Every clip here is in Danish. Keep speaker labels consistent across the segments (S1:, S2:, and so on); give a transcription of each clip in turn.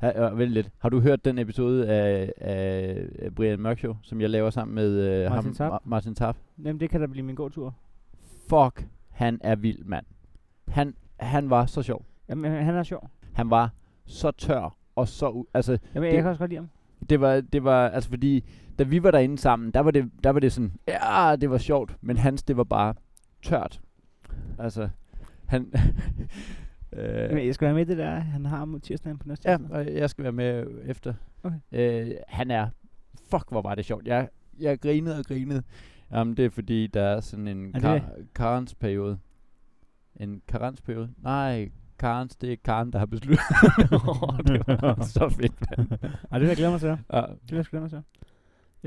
S1: Ha, øh, vent lidt. Har du hørt den episode af, af Brian Mørk Show, som jeg laver sammen med øh,
S2: Martin
S1: ham,
S2: Tarp?
S1: Ma- Martin Tarp?
S2: Jamen, det kan da blive min gåtur.
S1: Fuck, han er vild, mand. Han, han var så sjov.
S2: Jamen, øh, han er sjov.
S1: Han var så tør og så... U- altså,
S2: Jamen,
S1: Det-
S2: jeg kan også godt lide ham.
S1: det var, det var... Altså, fordi da vi var derinde sammen, der var det, der var det sådan... Ja, det var sjovt. Men hans, det var bare tørt. Altså, han... øh,
S2: Jamen, jeg skal være med i det der, han har mod tirsdagen på næste
S1: Ja, og jeg skal være med efter.
S2: Okay.
S1: Øh, han er... Fuck, hvor var det sjovt. Jeg, jeg grinede og grinede. Jamen, det er fordi, der er sådan en
S2: Er det
S1: kar- karensperiode. En karensperiode? Nej, karens, det er Karen, der har besluttet. Åh, det var altså så fedt.
S2: Ej, det vil jeg glæde mig til.
S1: Ja.
S2: Det vil jeg sgu glæde mig til.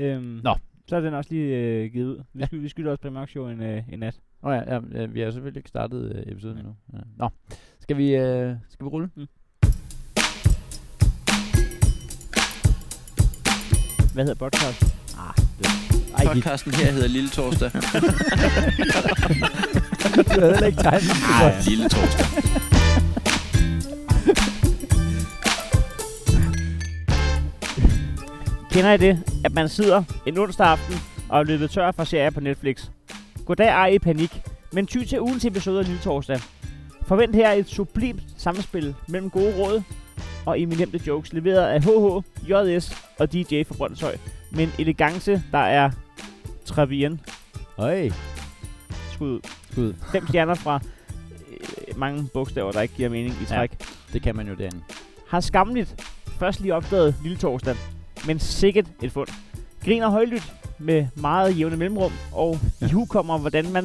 S2: Øhm,
S1: Nå.
S2: Så er den også lige øh, givet ud.
S1: Ja.
S2: Vi, ja. skyld, vi skylder også Brian Mørk Show en, øh, en nat.
S1: Nå ja, ja, ja, vi har selvfølgelig ikke startet øh, episoden endnu. Ja. Nå, skal vi, øh, skal vi rulle?
S2: Hvad hedder podcast? Ah, det
S1: Ej, vi
S3: Podcasten her hedder Lille Torsdag.
S1: du havde heller ikke tegnet.
S3: Nej, Lille Torsdag.
S2: Kender I det, at man sidder en onsdag aften og er løbet tør for serier på Netflix? Goddag ej i panik, men ty til ugens episode af Lille Torsdag. Forvent her et sublimt samspil mellem gode råd og eminente jokes leveret af HH, JS og DJ fra Brøndshøj. Med en elegance, der er Travien
S1: Øj,
S2: skud ud.
S1: skud.
S2: Fem stjerner fra øh, mange bogstaver, der ikke giver mening i
S1: Ja.
S2: træk.
S1: Det kan man jo derinde.
S2: har skamligt først lige opdaget Lille Torsdag, men sikkert et fund. Griner højlydt med meget jævne mellemrum, og nu kommer, hvordan man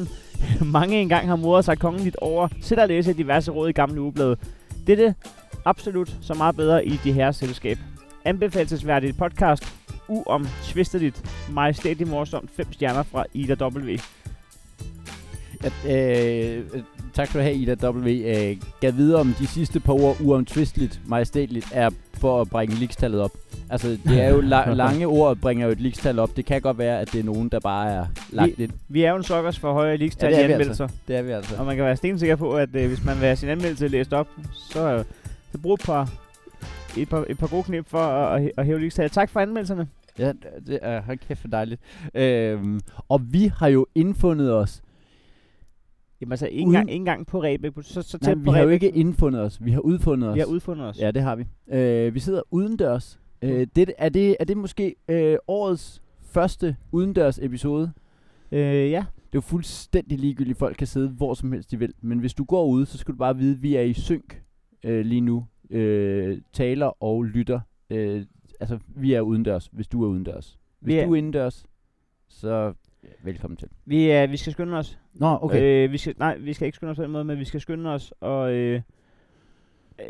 S2: mange engang har modet sig kongeligt over selv at læse diverse råd i gamle ugeblade. Dette absolut så meget bedre i de her selskab. Anbefalesværdigt podcast, uomtvisteligt, majestætigt morsomt, 5 stjerner fra Ida W.
S1: At, øh, øh, tak skal du have, Ida W. Øh, gav videre om de sidste par ord, uomtvisteligt, majestætligt, er for at bringe likstallet op. Altså, det er jo la- lange ord, bringer jo et likstal op. Det kan godt være, at det er nogen, der bare er lagt ind.
S2: Vi er jo en sokkers for høje ligestal
S1: Ja, det
S2: ja, i
S1: er vi
S2: anmeldelser.
S1: Det er vi altså.
S2: Og man kan være stensikker på, at øh, hvis man vil have sin anmeldelse læst op, så, øh, så brug et par, et, par, et par gode knep for at, at, at hæve ligestallet. Tak for anmeldelserne.
S1: Ja, det er hold kæft for dejligt. Øhm, og vi har jo indfundet os.
S2: Jamen altså, ikke
S1: Uden-
S2: engang, ikke engang på Rebæk. Så, så
S1: Nej,
S2: tæt
S1: vi
S2: på
S1: har jo
S2: Rebæk.
S1: ikke indfundet os. Vi har udfundet os.
S2: Vi har udfundet os.
S1: Ja, det har vi. Øh, vi sidder udendørs. Øh, det, er, det, er det måske øh, årets første udendørs episode?
S2: Øh,
S1: Det
S2: ja.
S1: er jo fuldstændig ligegyldigt, folk kan sidde hvor som helst de vil. Men hvis du går ud, så skal du bare vide, at vi er i synk øh, lige nu. Øh, taler og lytter. Øh, altså, vi er udendørs, hvis du er udendørs. Hvis
S2: Vi
S1: yeah.
S2: er-
S1: du er indendørs, så ja, velkommen til.
S2: Vi, øh, vi skal skynde os.
S1: Nå, okay. Øh,
S2: Øh, vi skal, nej, vi skal ikke skynde os på den måde, men vi skal skynde os. Og øh,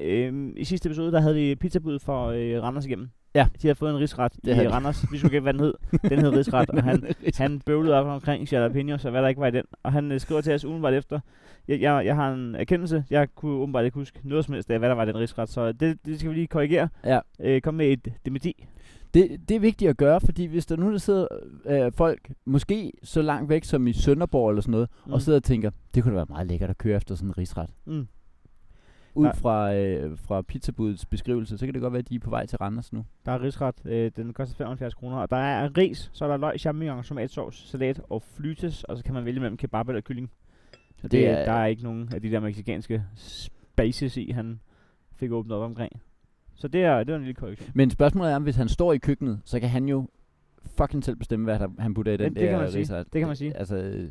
S2: øh, i sidste episode, der havde vi pizzabud for øh, Randers igennem.
S1: Ja.
S2: De havde fået en rigsret i
S1: havde
S2: øh,
S1: de.
S2: Randers. Vi skulle ikke, hvad den hed. Den hed rigsret, og han, Han bøvlede op omkring jalapenos og hvad der ikke var i den. Og han øh, skriver til os udenbart efter. Jeg, jeg, jeg har en erkendelse. Jeg kunne åbenbart ikke huske noget som helst af, hvad der var i den rigsret. Så det, det skal vi lige korrigere.
S1: Ja.
S2: Øh, kom med et dementi.
S1: Det, det er vigtigt at gøre, fordi hvis der nu der sidder øh, folk, måske så langt væk som i Sønderborg eller sådan noget, mm. og sidder og tænker, det kunne da være meget lækkert at køre efter sådan en rigsret.
S2: Mm.
S1: Ud
S2: Nej.
S1: fra, øh, fra pizzabudets beskrivelse, så kan det godt være, at de er på vej til Randers nu.
S2: Der er rigsret. Øh, den koster 75 kroner. Og der er ris, så er der løg, champignon, tomatsovs, salat og flytes. Og så kan man vælge mellem kebab eller kylling. Så det,
S1: Det
S2: det
S1: er-
S2: er, der er ikke nogen af de der mexicanske spaces i, han fik åbnet op omkring. Så det er, det er en lille korrektion.
S1: Men spørgsmålet er, om hvis han står i køkkenet, så kan han jo fucking selv bestemme, hvad der, han putter i den
S2: Det- det
S1: der
S2: kan man sige.
S1: rigsret.
S2: Det kan man sige.
S1: Altså, øh,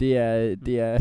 S1: det er, det er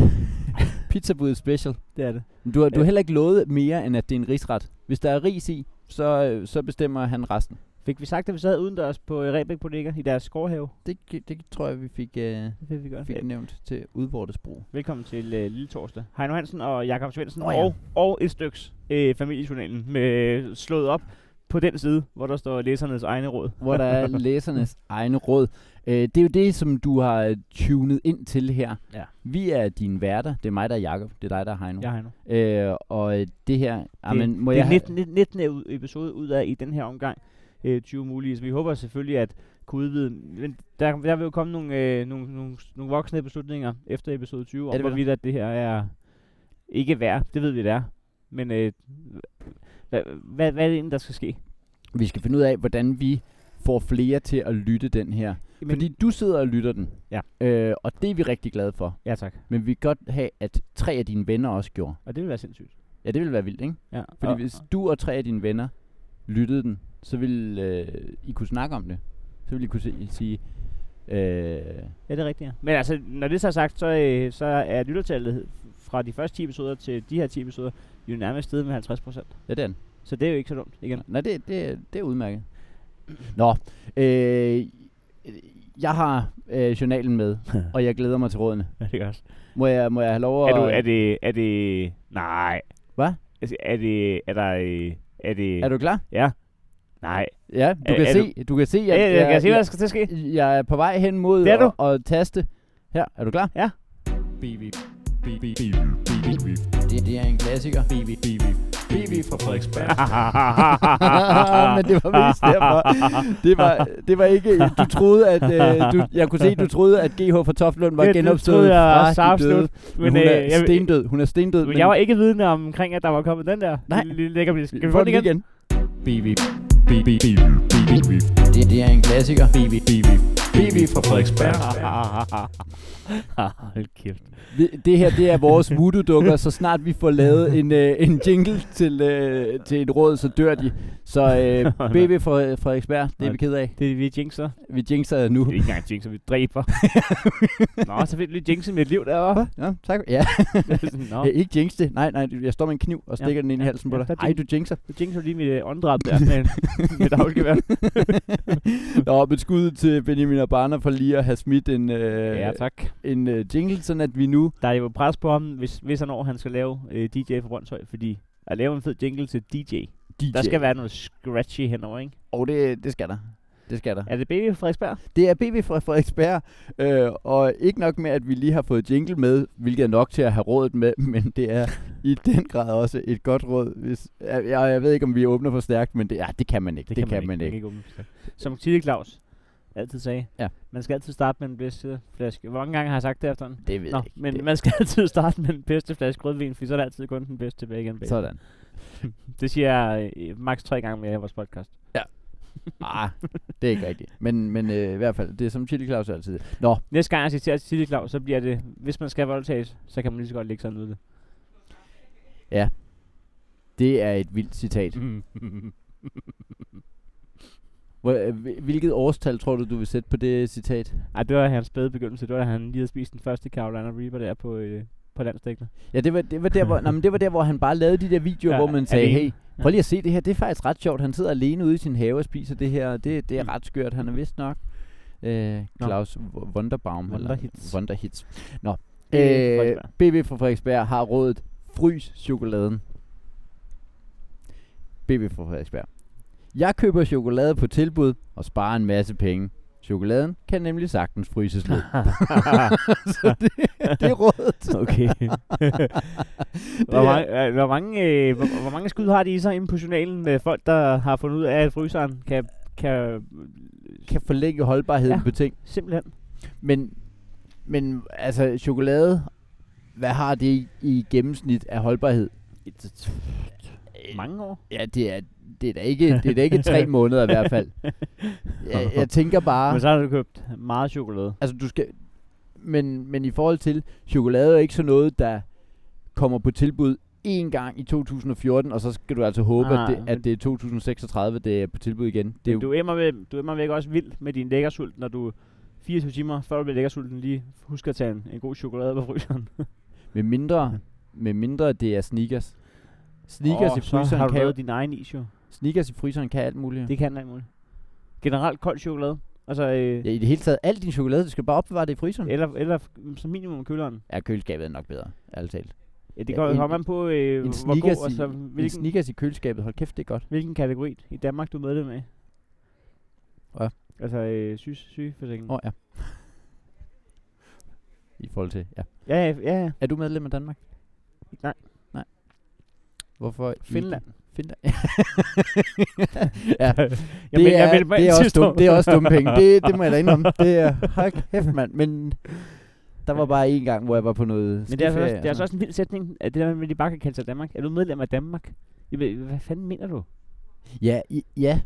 S1: pizzabudets special.
S2: Det er det.
S1: Men Du har, du har
S2: Øh.
S1: heller ikke lovet mere, end at det er en rigsret. Hvis der er ris i, så, øh, så bestemmer han resten.
S2: Fik vi sagt, at vi sad udendørs på øh, Rebæk Bodega i deres skovhave?
S1: Det, det tror jeg, vi fik, øh,
S2: Det fik vi godt.
S1: fik
S2: Ja.
S1: nævnt til udvortesbrug.
S2: Velkommen til øh, Lille Torsdag. Heino Hansen og Jakob Svendsen
S1: Nå
S2: oh,
S1: ja.
S2: ja. og, og et styks øh, familiejournalen med øh, slået op på den side, hvor der står læsernes egne råd.
S1: hvor der er læsernes egne råd. Øh, det er jo det, som du har øh, tunet ind til her.
S2: Ja.
S1: Vi er dine værter. Det er mig, der er Jacob. Det er dig, der er Heino.
S2: Ja, Heino.
S1: Øh, og øh, det her... amen, må
S2: det
S1: jeg
S2: er
S1: have-
S2: 19, 19, 19. ud- episode ud af i den her omgang. Øh, 20 mulige. Så vi håber selvfølgelig at kunne udvide. Men der, der vil jo komme nogle, øh, nogle, nogle, nogle voksne beslutninger efter episode 20,
S1: det
S2: om
S1: vil der?
S2: hvorvidt at det her er ikke værd. Det ved vi, det er. Men øh, Hvad, hvad, hvad er det egentlig, der skal ske?
S1: Vi skal finde ud af, hvordan vi får flere til at lytte den her.
S2: Men,
S1: Men Fordi du sidder og lytter den.
S2: Ja.
S1: Øh, og det er vi rigtig glade for.
S2: Ja tak.
S1: Men vi kan godt have, at tre af dine venner også gjorde.
S2: Og det vil være sindssygt.
S1: Ja, det ville være vildt, ikke?
S2: Ja.
S1: Fordi
S2: og,
S1: hvis du og tre af dine venner lyttede den, så ville øh, I kunne snakke om det. Så ville I kunne se, sige, øh,
S2: Ja, det er rigtigt, ja. Men altså, når det så er sagt, så, øh, så er lyttertallet fra de første 10 episoder til de her 10 episoder jo nærmest steget med 50 procent.
S1: ja, den.
S2: Så det er jo ikke så dumt igen.
S1: Nej, det, det, det er udmærket. Nå, øh, jeg har øh, journalen med, og jeg glæder mig til rådene.
S2: Ja, det gør også.
S1: Må jeg, må jeg have lov
S2: Er,
S1: at...
S2: du, er det... Er det nej.
S1: Hvad?
S2: Altså, er det... Er der... øh, Er det...
S1: er du klar?
S2: Ja. Nej.
S1: Ja, du
S2: Er-
S1: kan
S2: er
S1: se, du? kan se,
S2: Ja,
S1: at
S2: ja, jeg, jeg kan se, hvad der
S1: jeg,
S2: skal til at ske.
S1: jeg er på vej hen mod
S2: Det er du.
S1: at, at taste. Her, er du klar?
S2: Ja.
S1: Bibi. Bibi. Bibi. Bibi. Det, det er en klassiker. Bibi. Bibi. Bibi fra Frederiksberg. Men det var mest derfor. Det var, det var ikke, du troede, at, øh, du, jeg kunne se, du troede, at GH for Toftlund var
S2: Det- det
S1: genopstået
S2: troede jeg
S1: fra
S2: så
S1: de
S2: absolut.
S1: døde. Men, hun,
S2: øh,
S1: er
S2: jeg,
S1: stendød. hun er stendød.
S2: men jeg var ikke vidende omkring, at der var kommet den der.
S1: Nej.
S2: Lille lækker blisk. Kan vi
S1: Få
S2: få den igen?
S1: Bibi. Bibi. Bibi. Bibi. Det, det er en klassiker. Bibi. Bibi. Bibi fra Frederiksberg.
S2: Ah, Hold kæft.
S1: Vi- Det her, det er vores voodoo-dukker, så snart vi får lavet en, øh, en jingle til, øh, til et råd, så dør de. Så øh, BB fra Frederiksberg, det er vi ked af.
S2: Det er vi jinxer.
S1: Vi jinxer nu.
S2: Det er ikke engang jinxer, vi dræber. Nå, så fik du lige jinxet mit liv
S1: Hva?
S2: derovre.
S1: Ja, tak. Ja,
S2: Sådan, Nå,
S1: ja, ikke jinx det. Nej, nej, jeg står med en kniv og stikker
S2: Ja,
S1: den ind i
S2: ja,
S1: halsen på
S2: ja,
S1: dig.
S2: der er
S1: Ej,
S2: din-
S1: du jinxer.
S2: du jinxer lige mit øh, åndedræt der med, med daggevær.
S1: Nå, men skud til Benjamin og Barner for lige at have smidt en, øh,
S2: Ja, tak.
S1: en øh, jingle, sådan at vi nu...
S2: Der er jo pres på ham, hvis, hvis og når han skal lave øh, DJ for Brøndshøj, fordi at lave en fed jingle til DJ,
S1: DJ.
S2: der skal være noget scratchy henover, ikke?
S1: Og det, det skal der. Det skal der.
S2: Er det Baby Frederiksberg?
S1: Det er BB fra Frederiksberg, øh, og ikke nok med, at vi lige har fået jingle med, hvilket er nok til at have rådet med, men det er i den grad også et godt råd. Hvis, jeg, jeg jeg ved ikke, om vi åbner for stærkt, men det, ja, det kan man ikke. Det, det kan, man ikke.
S2: Man kan ikke åbne for sig. Som Tille Claus altid sagde,
S1: Ja.
S2: man skal altid starte med en bedsteflaske. Hvor mange gange har jeg sagt det efterhånden?
S1: Det ved
S2: Nå,
S1: jeg ikke.
S2: men
S1: det,
S2: man skal altid starte med en bedsteflaske rødvin, for så er der altid kun den bedste tilbage igen. Bag.
S1: Sådan.
S2: Det siger jeg øh, maks tre gange mere i vores podcast.
S1: Ah, det er ikke rigtigt. Men, men øh, i hvert fald, det er som Chili Claus altid. Nå,
S2: Næste gang jeg citerer Tille Claus, så bliver det, hvis man skal voldtages, så kan man lige så godt lægge sådan ud det.
S1: det er et vildt citat. Hvor, øh, hvil- hvilket årstal tror du, du vil sætte på det citat?
S2: Ej, det var hans spæde begyndelse. Det var da han lige havde spist den første Carolina Reaper der på, øh, på landstækkene.
S1: Ja, det var, det var, der, hvor, nej, men det var der, hvor han bare lavede de der videoer,
S2: Ja,
S1: ja, hvor man sagde,
S2: alene.
S1: hey, prøv lige at se det her, det er faktisk ret sjovt. Han sidder alene ude i sin have og spiser det her, og det, det er
S2: Mm.
S1: ret skørt. Han er vist nok øh,
S2: Nå.
S1: Claus W- Wunderbaum. eller-
S2: Wunderhits.
S1: Wunderhits. Nå.
S2: BB fra
S1: Øh,
S2: Frederiksberg.
S1: BB fra Frederiksberg har rådet, frys chokoladen. BB fra Frederiksberg. Jeg køber chokolade på tilbud og sparer en masse penge. Chokoladen kan nemlig sagtens fryses ned. Så det, det er rådet.
S2: Okay.
S1: er-
S2: hvor, mange, øh, hvor, mange, øh, hvor, hvor mange skud har de i sig inde på journalen med folk, der har fundet ud af, at fryseren kan, kan
S1: Kan forlænge holdbarheden ja.
S2: Ja.
S1: på ting.
S2: simpelthen...
S1: Men, men altså, chokolade, hvad har det i, i gennemsnit af holdbarhed? Øh,
S2: Mange år?
S1: Ja, det er, det er, da, ikke, det er da ikke tre måneder i hvert fald. Jeg, jeg tænker
S2: Men
S1: bare,
S2: så har du købt meget chokolade.
S1: altså du skal, men, men i forhold til, chokolade er ikke sådan noget, der kommer på tilbud én gang i 2014, og så skal du altså håbe,
S2: Nej,
S1: at, det,
S2: Ah, men-
S1: at det er 2036, det er på tilbud igen. Det er
S2: Det
S1: jo,
S2: du er immer væk, du er immer væk også vild med din lækkersult, når du 24 timer før du bliver lækkersulten lige husker at tage en, en god chokolade på fryseren.
S1: med, mindre, med mindre det er sneakers. Sneakers,
S2: Åh,
S1: oh, i
S2: så har
S1: fryseren
S2: du
S1: kan, jo-
S2: lavet din egen is jo.
S1: sneakers i fryseren kan alt muligt.
S2: Det kan alt muligt. Generelt kold chokolade. Altså, øh,
S1: Ja,
S2: ja.
S1: i det hele taget, al din chokolade, du skal bare opbevare det i fryseren.
S2: eller, eller f- som minimum køleren.
S1: Ja, køleskabet er nok bedre, ærligt talt.
S2: Ja, det
S1: Ja,
S2: går jo
S1: en-
S2: kommer an på, øh,
S1: en
S2: hvor
S1: Snickers
S2: god, og
S1: i-
S2: så
S1: Hvilken? En
S2: hvilken,
S1: sneakers i køleskabet, hold kæft, det er godt.
S2: hvilken kategori i Danmark du er medlem af.
S1: Hvad?
S2: Altså øh, syg, sygeforsikringen.
S1: Åh, oh, ja. I forhold til, ja.
S2: Ja, ja, ja, ja.
S1: Er du medlem af Danmark?
S2: Nej.
S1: Nej. Hvorfor? ikke?
S2: Finland.
S1: Finland. ja,
S2: Jeg
S1: det,
S2: meldte- jeg
S1: er,
S2: meldte mig
S1: det,
S2: ind
S1: er også
S2: sidste
S1: dumme,
S2: år.
S1: det er også dumme penge. Det, det må jeg da indrømme. Det er, hold kæft, mand. Men Der var bare en gang, hvor jeg var på noget
S2: Men det er,
S1: skiferie
S2: altså også,
S1: og
S2: det er altså
S1: sådan
S2: også en vild sætning, at det der med, at de bare kan kalde sig Danmark. Er du medlem af Danmark? Jeg ved, Hvad fanden mener du?
S1: noget. Ja, i, ja.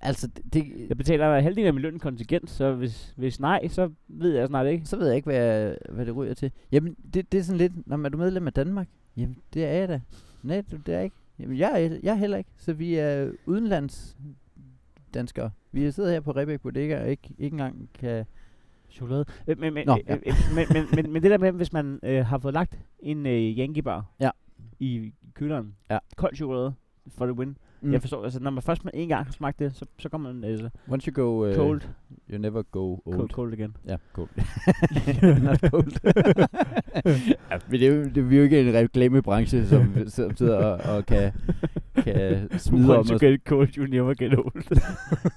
S1: Altså, det, det,
S2: Jeg betaler halvdelen af min løn i kontingent, så hvis, hvis nej, så ved jeg snart ikke.
S1: så ved jeg ikke, hvad, jeg, hvad det ryger til. Jamen, det, det er sådan lidt, når er du medlem af Danmark? Jamen, det er jeg da. Nej, du- det er jeg ikke. Jamen, jeg er, jeg er heller ikke. Så vi er udenlands danskere. Vi sidder her på Rebæk Bodega og ikke, ikke engang kan...
S2: Chokolade. Øh, Men, men,
S1: Nå,
S2: Nå,
S1: ja.
S2: øh, øh, men, men, men, men det der med, hvis man øh, har fået lagt en øh, Yankee bar
S1: Ja.
S2: i køleren,
S1: Ja.
S2: kold chokolade for the win. Mm. Jeg forstår, altså når man først en gang har smagt det, så, så kommer man altså
S1: Once you go uh,
S2: cold,
S1: you never go old.
S2: cold, cold igen.
S1: Ja, cold. Not cold. ja, men det er, jo, det er vi er jo ikke en reklamebranche, som, som sidder og, og kan, kan smide om
S2: Once
S1: os.
S2: you get cold, you never get old.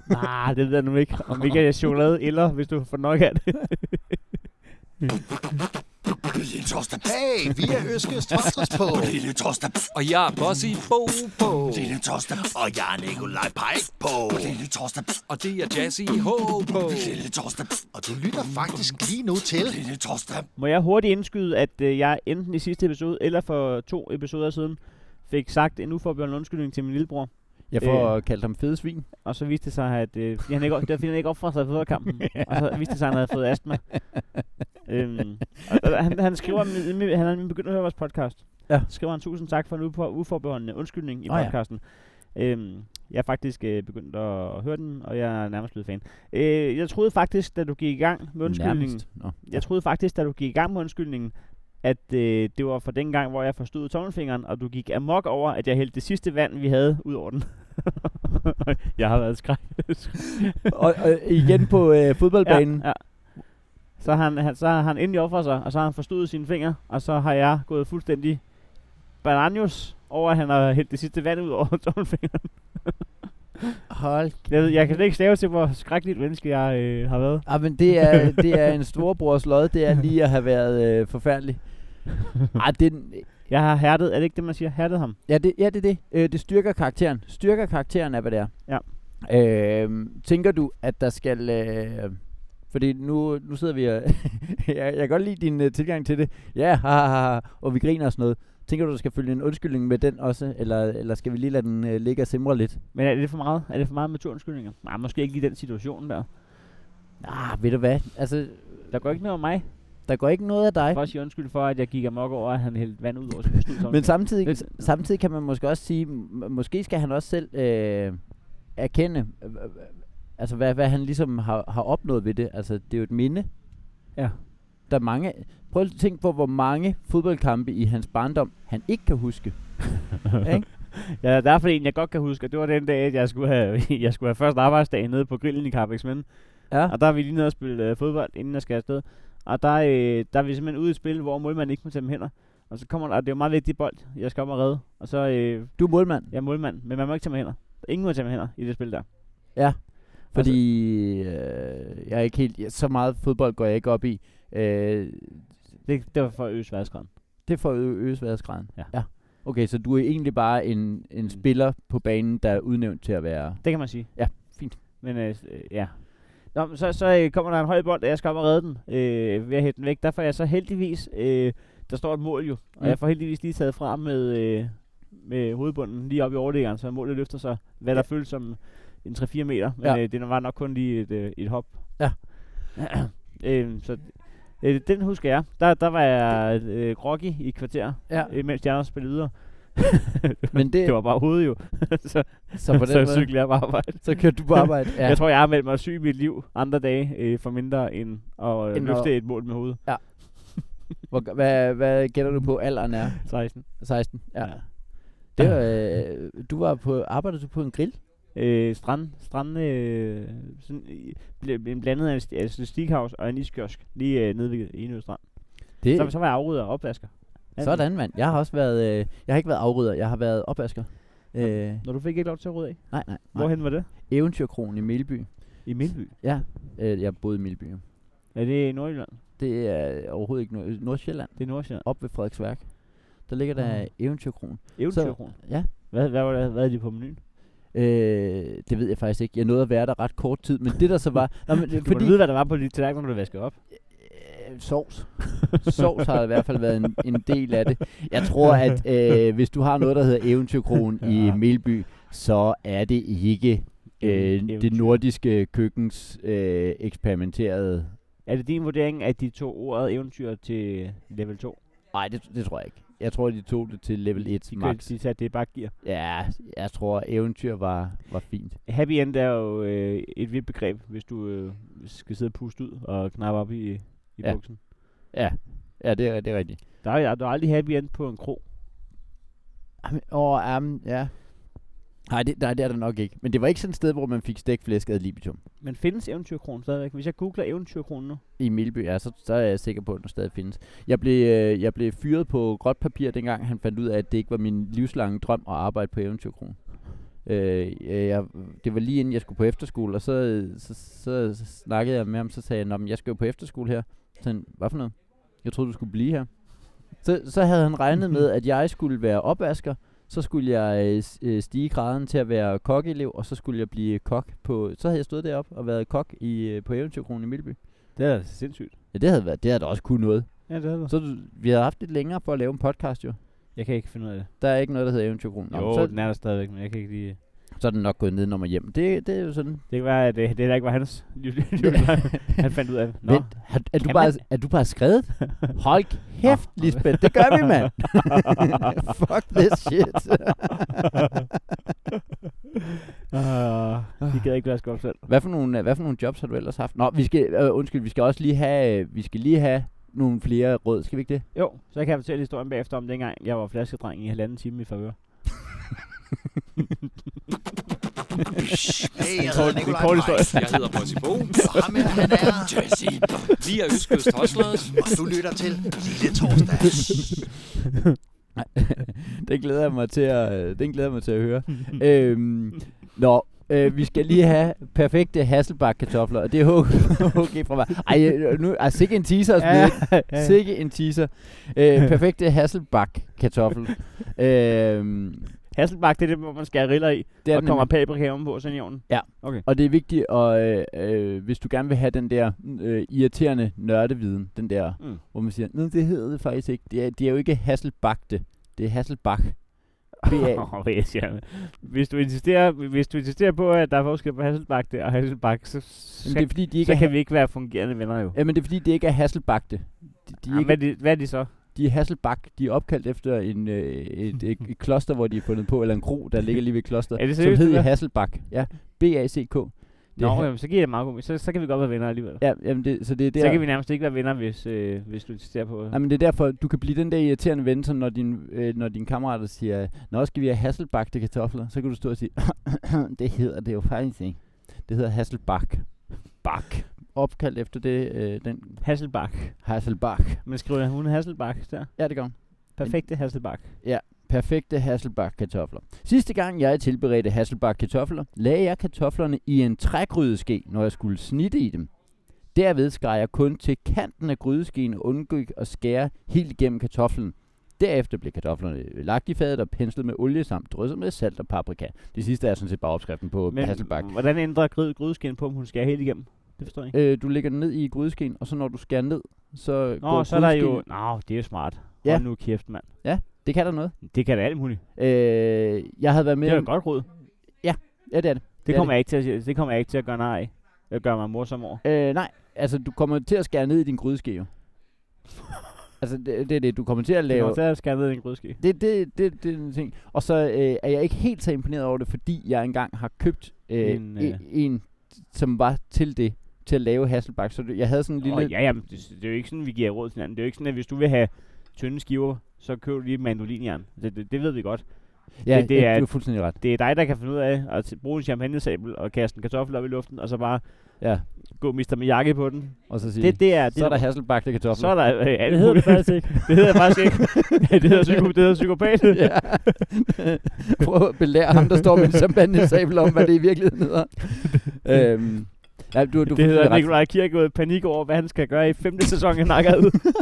S2: Nej, det ved jeg nu ikke. Om ikke er chokolade eller, hvis du får nok af det.
S4: Lille Torsdag. Hey, vi er Øskes Torsdags på. Lille Torsdag.
S5: Og jeg er Bossy Bo på.
S4: Lille Torsdag. Og jeg er Nikolaj Pajk på. Lille Torsdag.
S5: Og det er Jazzy H på.
S4: Lille Torsdag. Og du lytter faktisk lige nu til. Lille Torsdag.
S2: Må jeg hurtigt indskyde, at øh, jeg enten i sidste episode, eller for to episoder siden, fik sagt en uforbjørn undskyldning til min lillebror.
S1: Jeg får øh. kaldt ham fede svin.
S2: Og så viste det sig, at øh, fordi han ikke, det var, fordi han ikke opførte sig i fodboldkampen. Og så viste det sig, at han havde fået astma. øhm, og, og, han, han skriver, om min- min- han har nemlig begyndt at høre vores podcast.
S1: Ja.
S2: Skriver han, tusind tak for en ufor- uforbeholdende undskyldning i
S1: Nå ja.
S2: podcasten. Øhm, jeg er faktisk øh, begyndt at høre den, og jeg er nærmest blevet fan. Øh, jeg troede faktisk, da du gik i gang med undskyldningen,
S1: Nærmest. Nå.
S2: jeg troede faktisk, da du gik i gang med undskyldningen, at øh, det var fra den gang, hvor jeg forstod tommelfingeren, og du gik amok over, at jeg hældte det sidste vand, vi havde, ud over den. jeg har været skræk.
S1: og, og igen på øh, fodboldbanen.
S2: Ja, ja. Så har han, han, så har han endelig offret sig, og så har han forstået sine fingre, og så har jeg gået fuldstændig bananios over, at han har hældt det sidste vand ud over tommelfingeren.
S1: Hold
S2: Jeg, ved, jeg kan slet ikke stave til, hvor skrækkeligt menneske jeg øh, har været.
S1: Ah, men det er, det er en storbrors lod, det er lige at have været øh, forfærdelig. Ah, det, er den-
S2: Jeg har hærdet, er det ikke det, man siger, hærdet ham?
S1: ja, det, ja, det er det. Øh, det styrker karakteren. Styrker karakteren er, hvad det er.
S2: Ja.
S1: Øh, tænker du, at der skal... Øh, fordi nu, nu sidder vi og... jeg, jeg kan godt lide din øh, tilgang til det. Ja, ha, ha, ha, og vi griner og sådan noget. Tænker du, der skal følge en undskyldning med den også? Eller, eller skal vi lige lade den øh, ligge og simre lidt?
S2: Men er det for meget? Er det for meget med to undskyldninger? Nej, måske ikke lige den situation der.
S1: Ah, ved du hvad? Altså,
S2: Der går ikke noget om mig
S1: der går ikke noget af dig.
S2: for at sige undskyld for, at jeg gik amok over, at han hældte vand ud over sin bestyrelse.
S1: Men samtidig,
S2: Det-
S1: samtidig kan man måske også sige, m- måske skal han også selv øh, erkende, øh, øh, altså hvad, hvad han ligesom har, har opnået ved det. Altså det er jo et minde.
S2: Ja.
S1: Der er mange, prøv at tænke på, hvor mange fodboldkampe i hans barndom, han ikke kan huske.
S2: ja, der er derfor en, jeg godt kan huske, og det var den dag, at jeg skulle have, jeg skulle have første arbejdsdag nede på grillen i Carbex Men.
S1: Ja.
S2: Og der er vi lige nede og spille øh, fodbold, inden jeg skal afsted. Og der, øh, der er vi simpelthen ude i et spil, hvor målmanden ikke må tage dem hænder. Og så kommer der, og det er jo meget vigtig bold, jeg skal op og redde. Og så, øh,
S1: Du er målmand,
S2: jeg er målmand, men man må ikke tage mig hænder. Ingen må tage mig hænder i det spil der.
S1: Altså- fordi øh, jeg er ikke helt, ja, så meget fodbold går jeg ikke op i. Øh,
S2: Det, det var for at øge sværdskræden.
S1: det får ø- øges værdsgraden.
S2: Ja.
S1: ja. Okay, så du er egentlig bare en, en spiller på banen, der er udnævnt til at være...
S2: Det kan man sige.
S1: Ja, fint.
S2: Men øh, øh, ja. Nå, men så, så øh, kommer der en høj bold, og jeg skal op og redde den øh, ved at hætte den væk. Derfor er jeg så heldigvis, øh, der står et mål jo, og
S1: Mm.
S2: jeg får heldigvis lige taget fra med, øh, med hovedbunden lige op i overliggeren, så målet løfter sig, hvad der føles som en 3-4 meter, men
S1: Ja.
S2: ja. øh, det var nok kun lige et, øh, et hop.
S1: Ja.
S2: øh, så øh, den husker jeg. Der, der var jeg øh, groggy i et kvarter,
S1: Ja.
S2: øh, mens de andre spillede videre.
S1: Men det,
S2: Det var bare hovedet jo, så,
S1: så på den
S2: så
S1: måde...
S2: cyklede jeg bare arbejde.
S1: Så kørte du på arbejde.
S2: Ja.
S1: Ja.
S2: Jeg tror, jeg har meldt mig syg i mit liv andre dage øh, for mindre end at øh,
S1: End
S2: end løfte et mål med hovedet.
S1: Hvor, hvad, hvad gætter du på alderen er?
S2: 16.
S1: 16. Ja. Det var, øh, du var på, arbejdede du på en grill?
S2: Øh, strand, strand øh, sådan, øh, bl- bl- blandet af en, st- altså et stikhavs og en iskiosk lige øh, nede ved Enø Strand.
S1: Det,
S2: Så, så var jeg afrydder og opvasker. Ja,
S1: sådan mand. Jeg har også været, øh, jeg har ikke været afrydder, jeg har været opvasker. Øh, nej,
S2: Når du fik ikke lov til at rydde af.
S1: nej, nej.
S2: Hvorhen var det?
S1: Eventyrkronen i Melby.
S2: I Mindby.
S1: Ja, øh, jeg boede i Melby. jo.
S2: Ja, det er i Nordjylland.
S1: Det er overhovedet ikke Nord- Nordsjælland.
S2: Det er Nordsjælland.
S1: Op ved Frederiksværk. Der ligger der
S2: Ah.
S1: Eventyrkronen.
S2: Eventyrkron.
S1: ja.
S2: Hvad, hvad var det? Hvad er de på menuen?
S1: Øh, det ved jeg faktisk ikke. Jeg nåede at være der ret kort tid, men det der så var... Nå, men,
S2: Fordi... Må du vide, hvad der var på de tallerkener, når du vaskede op?
S1: Øh, sovs. sovs har i hvert fald været en, en del af det. Jeg tror, at øh, hvis du har noget, der hedder Eventyrkronen ja. i
S2: Ja.
S1: Melby, så er det ikke øh, det
S2: Eventyr.
S1: nordiske køkkens øh, eksperimenterede...
S2: Er det din vurdering, at de to ordet eventyr til level 2?
S1: Nej, det, det tror jeg ikke. Jeg tror, de tog det til level 1
S2: De, kan,
S1: max.
S2: de sagde, at det bare giver.
S1: Ja, jeg tror, eventyr var, var fint.
S2: Happy end er jo øh, et vildt begreb, hvis du øh, skal sidde og puste ud og knappe op i, i
S1: Ja.
S2: ja. buksen.
S1: Ja, ja det, er, det er rigtigt.
S2: Der er, der er aldrig happy end på en kro.
S1: Jamen, og, um, ja. Nej det, nej, det er der nok ikke. Men det var ikke sådan et sted, hvor man fik stækflæsk ad libitum.
S2: Men findes eventyrkronen stadigvæk? Hvis jeg googler eventyrkronen nu.
S1: I Milby, ja, så, så er jeg sikker på, at den stadig findes. Jeg blev, øh, jeg blev fyret på gråt papir, dengang han fandt ud af, at det ikke var min livslange drøm at arbejde på Eventyrkronen. Øh, øh, jeg, det var lige inden jeg skulle på efterskole, og så, så, så, så snakkede jeg med ham, så sagde jeg, at jeg skal jo på efterskole her. Så han, hvad for noget? Jeg troede, du skulle blive her. Så, så havde han regnet med, at jeg skulle være opvasker, så skulle jeg øh, s- øh, stige graden til at være kokkeelev, og så skulle jeg blive kok på... Så havde jeg stået deroppe og været kok i, øh, på Eventyrkronen i Milby.
S2: Det er da sindssygt.
S1: Ja, det havde, været, det havde da også kunnet noget.
S2: Ja, det er det.
S1: Så du- vi havde haft lidt længere for at lave en podcast jo.
S2: Jeg kan ikke finde ud af det.
S1: Der er ikke noget, der hedder eventyrkronen. Nå,
S2: Jo,
S1: så,
S2: den er der stadigvæk, men jeg kan ikke lige...
S1: så er den nok gået ned når man hjem. Det, det er jo sådan.
S2: Det kan være, at det, det der ikke var hans liv, han fandt ud af. Nå,
S1: Vent, har, er, du
S2: Kan
S1: bare,
S2: man?
S1: er du bare skrevet? Hold kæft, Lisbeth. Det gør vi, mand. Fuck this shit.
S2: uh, de gider ikke vaske op selv.
S1: hvad, for nogle, øh, hvad for nogle jobs har du ellers haft? Nå, vi skal, øh, undskyld, vi skal også lige have, vi skal lige have nogle flere råd. Skal vi ikke det?
S2: Jo, så kan jeg fortælle historien bagefter om dengang, jeg var flaskedreng i halvanden time i favør.
S4: Hey, jeg hedder Nikolaj Pajs.
S5: Jeg hedder Bossy Bo.
S4: Og ham her, han er Jesse.
S5: Vi er Østkyst Hoslers.
S4: Og du lytter til Lille Torsdag.
S1: den glæder jeg mig til at, øh, den glæder jeg mig til at høre. øhm, nå, øh, vi skal lige have perfekte Hasselbak-kartofler, og det er okay fra mig. Ej, øh, nu, altså, sikke en teaser, ja, ja. Sikke en teaser. Øh, perfekte Hasselbak-kartoffel. øhm,
S2: Hasselbak, det er det, hvor man skærer riller i,
S1: det er
S2: og
S1: den
S2: kommer paprika ovenpå sådan i ovnen.
S1: Og det er vigtigt, og øh, øh, hvis du gerne vil have den der øh, irriterende nørdeviden, den der, mm.
S2: Mm.
S1: hvor man siger, nej, det hedder det faktisk ikke. Det er, det er jo ikke Hasselbagte, det er Hasselbak. B-A.
S2: Åh, hvad jeg siger. Hvis du insisterer, hvis du insisterer på, at der er forskel på Hasselbak og Hasselbak, så, så,
S1: Jamen, det er fordi, de ikke
S2: så
S1: er,
S2: kan vi ikke være fungerende venner jo.
S1: ha- Jamen, det er fordi, det ikke er Hasselbagte. De, de, er
S2: Jamen,
S1: ikke,
S2: hvad, er de, hvad er de så?
S1: de er Hasselbak. De er opkaldt efter en, øh, et, et, et kloster, hvor de er fundet på, eller en kro, der ligger lige ved et kloster,
S2: Er det
S1: som
S2: seriøst,
S1: hedder
S2: det der?
S1: Hasselbak. Ja, B-A-C-K. Det er
S2: Nå,
S1: ha-
S2: jamen, så giver det meget god mening. Så, så kan vi godt være venner alligevel.
S1: Ja, jamen det, så det er der,
S2: Så kan vi nærmest ikke være venner, hvis, øh, hvis du insisterer på... Jamen,
S1: Jamen, det er derfor, du kan blive den der irriterende ven, sådan, når, din, øh, når dine kammerater siger, Nå, skal vi have hasselbagte kartofler? Så kan du stå og sige, det hedder det jo faktisk ikke. Det hedder hasselbak. Bak. Opkaldt efter det, øh, den
S2: Hasselbak.
S1: hasselbak.
S2: Men skriver hun Hasselbak der?
S1: Ja, det gør hun.
S2: Perfekte Hasselbak.
S1: Perfekte hasselbak kartofler. Sidste gang jeg tilberedte hasselbak kartofler, lagde jeg kartoflerne i en trægrydeske, når jeg skulle snitte i dem. Derved skar jeg kun til kanten af grydeskeen og undgik at skære helt igennem kartoflen. Derefter blev kartoflerne lagt i fadet og penslet med olie samt drysset med salt og paprika. Det sidste er sådan set bare opskriften på Men, hasselbak.
S2: hvordan ændrer gryd, grydeskin på, om hun skal helt igennem? Det forstår jeg ikke.
S1: Øh, du lægger den ned i grydeskeen, og så når du skærer ned, så
S2: Nå,
S1: går
S2: så er der jo...
S1: grydeskeen-
S2: Nå, det er jo smart.
S1: Øh, Ja.
S2: Ja. Hold nu kæft, mand.
S1: Det kan der noget.
S2: Det kan da alt muligt.
S1: Øh, jeg havde været med...
S2: Det er jo
S1: om-
S2: et godt råd.
S1: Ja, det er det.
S2: Det
S1: er
S2: kommer jeg ikke til at, det kommer jeg ikke til at gøre nej af. Jeg gør mig morsom over.
S1: Øh, nej, altså du kommer til at skære ned i din grydeske jo. altså det, det er det, du kommer til at
S2: Det kommer
S1: lave.
S2: til at skære ned i en grydeske.
S1: Det, det, det, det er en ting. Og så øh, er jeg ikke helt så imponeret over det, fordi jeg engang har købt øh, en,
S2: En,
S1: øh...
S2: øh,
S1: en, som var til det, til at lave Hasselbak. Så det, jeg havde sådan en lille...
S2: Lille... ja, jamen, det, det, er jo ikke sådan, vi giver råd til hinanden. Det er jo ikke sådan, at hvis du vil have tynde skiver, så køb du lige et mandolinjern. Det, det, det ved vi godt.
S1: ja,
S2: det- det
S1: ja,
S2: er-
S1: du har fuldstændig ret.
S2: Det er dig, der kan finde ud af at t- bruge en champagnesabel og kaste en kartoffel op i luften, og så bare
S1: Ja.
S2: gå mister med jakke på den.
S1: Og så siger
S2: Det,
S1: det,
S2: det er, det
S1: så er der Hasselbagte kartofler.
S2: Så er der øh, alt
S6: Det hedder det
S2: muligt.
S6: faktisk ikke.
S2: det hedder faktisk ikke. det hedder, psyko, det hedder psykopat.
S1: ja. Prøv at belære ham, der står med en champagne-sabel om, hvad det i virkeligheden hedder. øhm, ja, du, du har
S2: det
S1: fuldstændig
S2: hedder
S1: ret.
S2: Nikolaj Kierkegaard panik over, hvad han skal gøre i femte sæson af Nakkerud.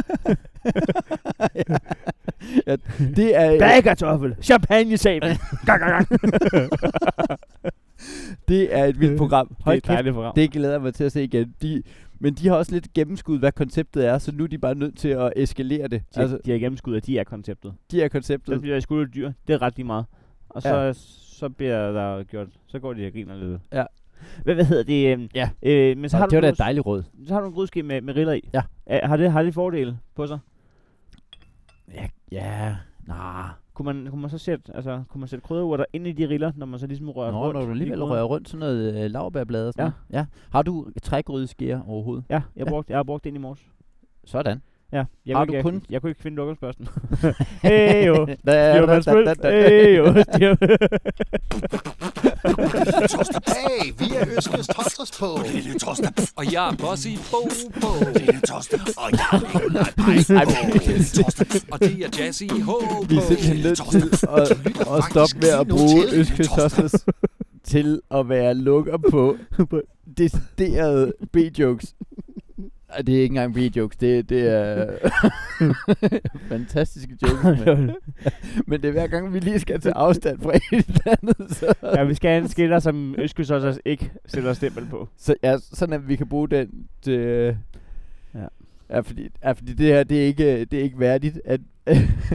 S1: ja, det er...
S2: Bagkartoffel! Champagnesabel! Gang, gang, gang.
S1: Det er et vildt program. Hold
S2: Det er
S1: kæft,
S2: et Øh, dejligt program.
S1: det glæder jeg mig til at se igen. De, Men de har også lidt gennemskud, hvad konceptet er, så nu er de bare nødt til at eskalere det.
S2: De, altså, de har gennemskud, at de er konceptet.
S1: de er
S2: Så
S1: konceptet.
S2: bliver jeg skudt et dyr. Det er ret lige meget. Og så, ja. så bliver der gjort... Så går de og griner lidt.
S1: Ja.
S2: Hvad, hvad hedder det? øhm,
S1: Ja.
S2: Øh, men så har,
S1: det var
S2: du
S1: da
S2: nogle,
S1: et dejligt råd.
S2: så har du en grydeske med, med riller i.
S1: Ja.
S2: Er, har, det, har det fordele på sig?
S1: Ja, ja. Nah.
S2: Kunne man, kunne man så sætte, altså, kunne man sætte krydderurter ind i de riller, når man så ligesom rører
S1: Nå,
S2: rundt?
S1: når du
S2: i
S1: alligevel
S2: krydderen?
S1: rører rundt sådan noget øh, laurbærblad og sådan
S2: Ja.
S1: noget. ja. Har du trægrydeskære overhovedet?
S2: Ja, jeg,
S1: Ja.
S2: brugte, jeg har brugt en i morges.
S1: Sådan.
S2: Ja, jeg
S1: Har
S2: kunne
S1: du
S2: ikke,
S1: kun-
S2: Jeg, jeg kunne ikke finde lukkerspørgsmål. Hey, jo.
S1: Da, da, da,
S2: Jo, man
S1: da, da,
S2: spølt.
S1: da.
S2: Hey, jo.
S4: Lille torsdag pæ, vi er Øskes Tostres på. Lille torsdag pæ,
S5: Og jeg er bossy på, på.
S4: lille torsdag og jeg er Nikolaj Pej
S1: Ej,
S4: på.
S1: men-
S4: Lille torsdag pæ,
S5: Og det er jazzy H på.
S1: Vi er simpelthen nødt til at, at stoppe med at bruge Østkyst Hostels til at være lukker på, på deciderede B-jokes. Ej, det er ikke engang B-jokes, det, det er fantastiske jokes, men, men det er hver gang, vi lige skal tage afstand fra et eller andet, så,
S2: ja, vi skal have en skiller, som Øskes også ikke sætter stempel på.
S1: så ja, sådan at vi kan bruge den til,
S2: Ja.
S1: Ja, fordi, ja, fordi det her, det er ikke, øh, det er ikke værdigt, at,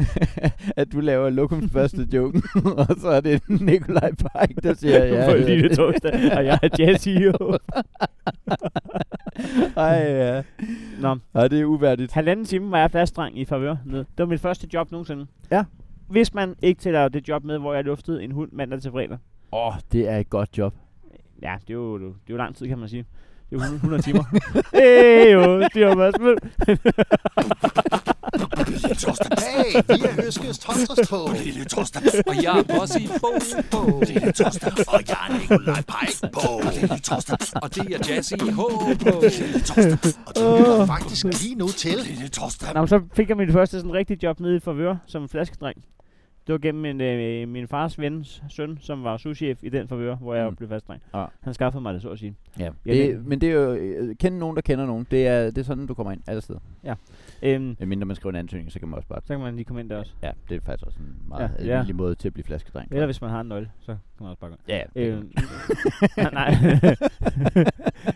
S1: at du laver Lokums første joke, og så er det Nikolaj Pajk, der siger, ja,
S2: på
S1: ja.
S2: lille torsdag, og jeg er jazzy jo.
S1: Ej, ja.
S2: Nå,
S1: Ej, det er uværdigt.
S2: halvanden time var jeg fastdreng i favør. ned. Det var mit første job nogensinde.
S1: Ja.
S2: Hvis man ikke tæller det job med, hvor jeg luftede en hund mandag til fredag.
S1: Åh, oh, det er et godt job.
S2: Ja, det er jo, det er jo lang tid, kan man sige. Det er jo 100 timer. Hey, jo, det var bare smøl.
S4: Lille torsdag pæ, vi er Øskes Tostres på. Lille torsdag pæ,
S5: Og jeg er bossy på, på.
S4: lille torsdag og jeg er Nikolaj Pej på. Lille torsdag pæ,
S5: Og det er jazzy H på.
S4: lille torsdag, og det lyder faktisk lige nu til. Lille torsdag
S2: Nå, men så fik jeg mit første sådan rigtige job nede i Favør som flaskedreng. Det var gennem min, øh, min fars vens søn, som var souschef i den Favør, hvor jeg
S1: Mm.
S2: mm. blev flaskedreng.
S1: Ja.
S2: Han skaffede mig det, så at sige.
S1: Ja.
S2: Ja,
S1: Det, men det er jo, øh, kende nogen, der kender nogen. Det er, det er sådan, du kommer ind alle steder.
S2: Øhm,
S1: Ja, mindre man skriver en ansøgning, så kan man også bare...
S2: så kan man lige komme ind der også.
S1: Ja, det er faktisk også en meget
S2: Ja,
S1: ja,
S2: ja.
S1: almindelig måde til at blive flaskedreng.
S2: Eller hvis man har en nøgle, så kan man også bare gå ind.
S1: Ja, det kan man.
S2: Øhm, nej, nej.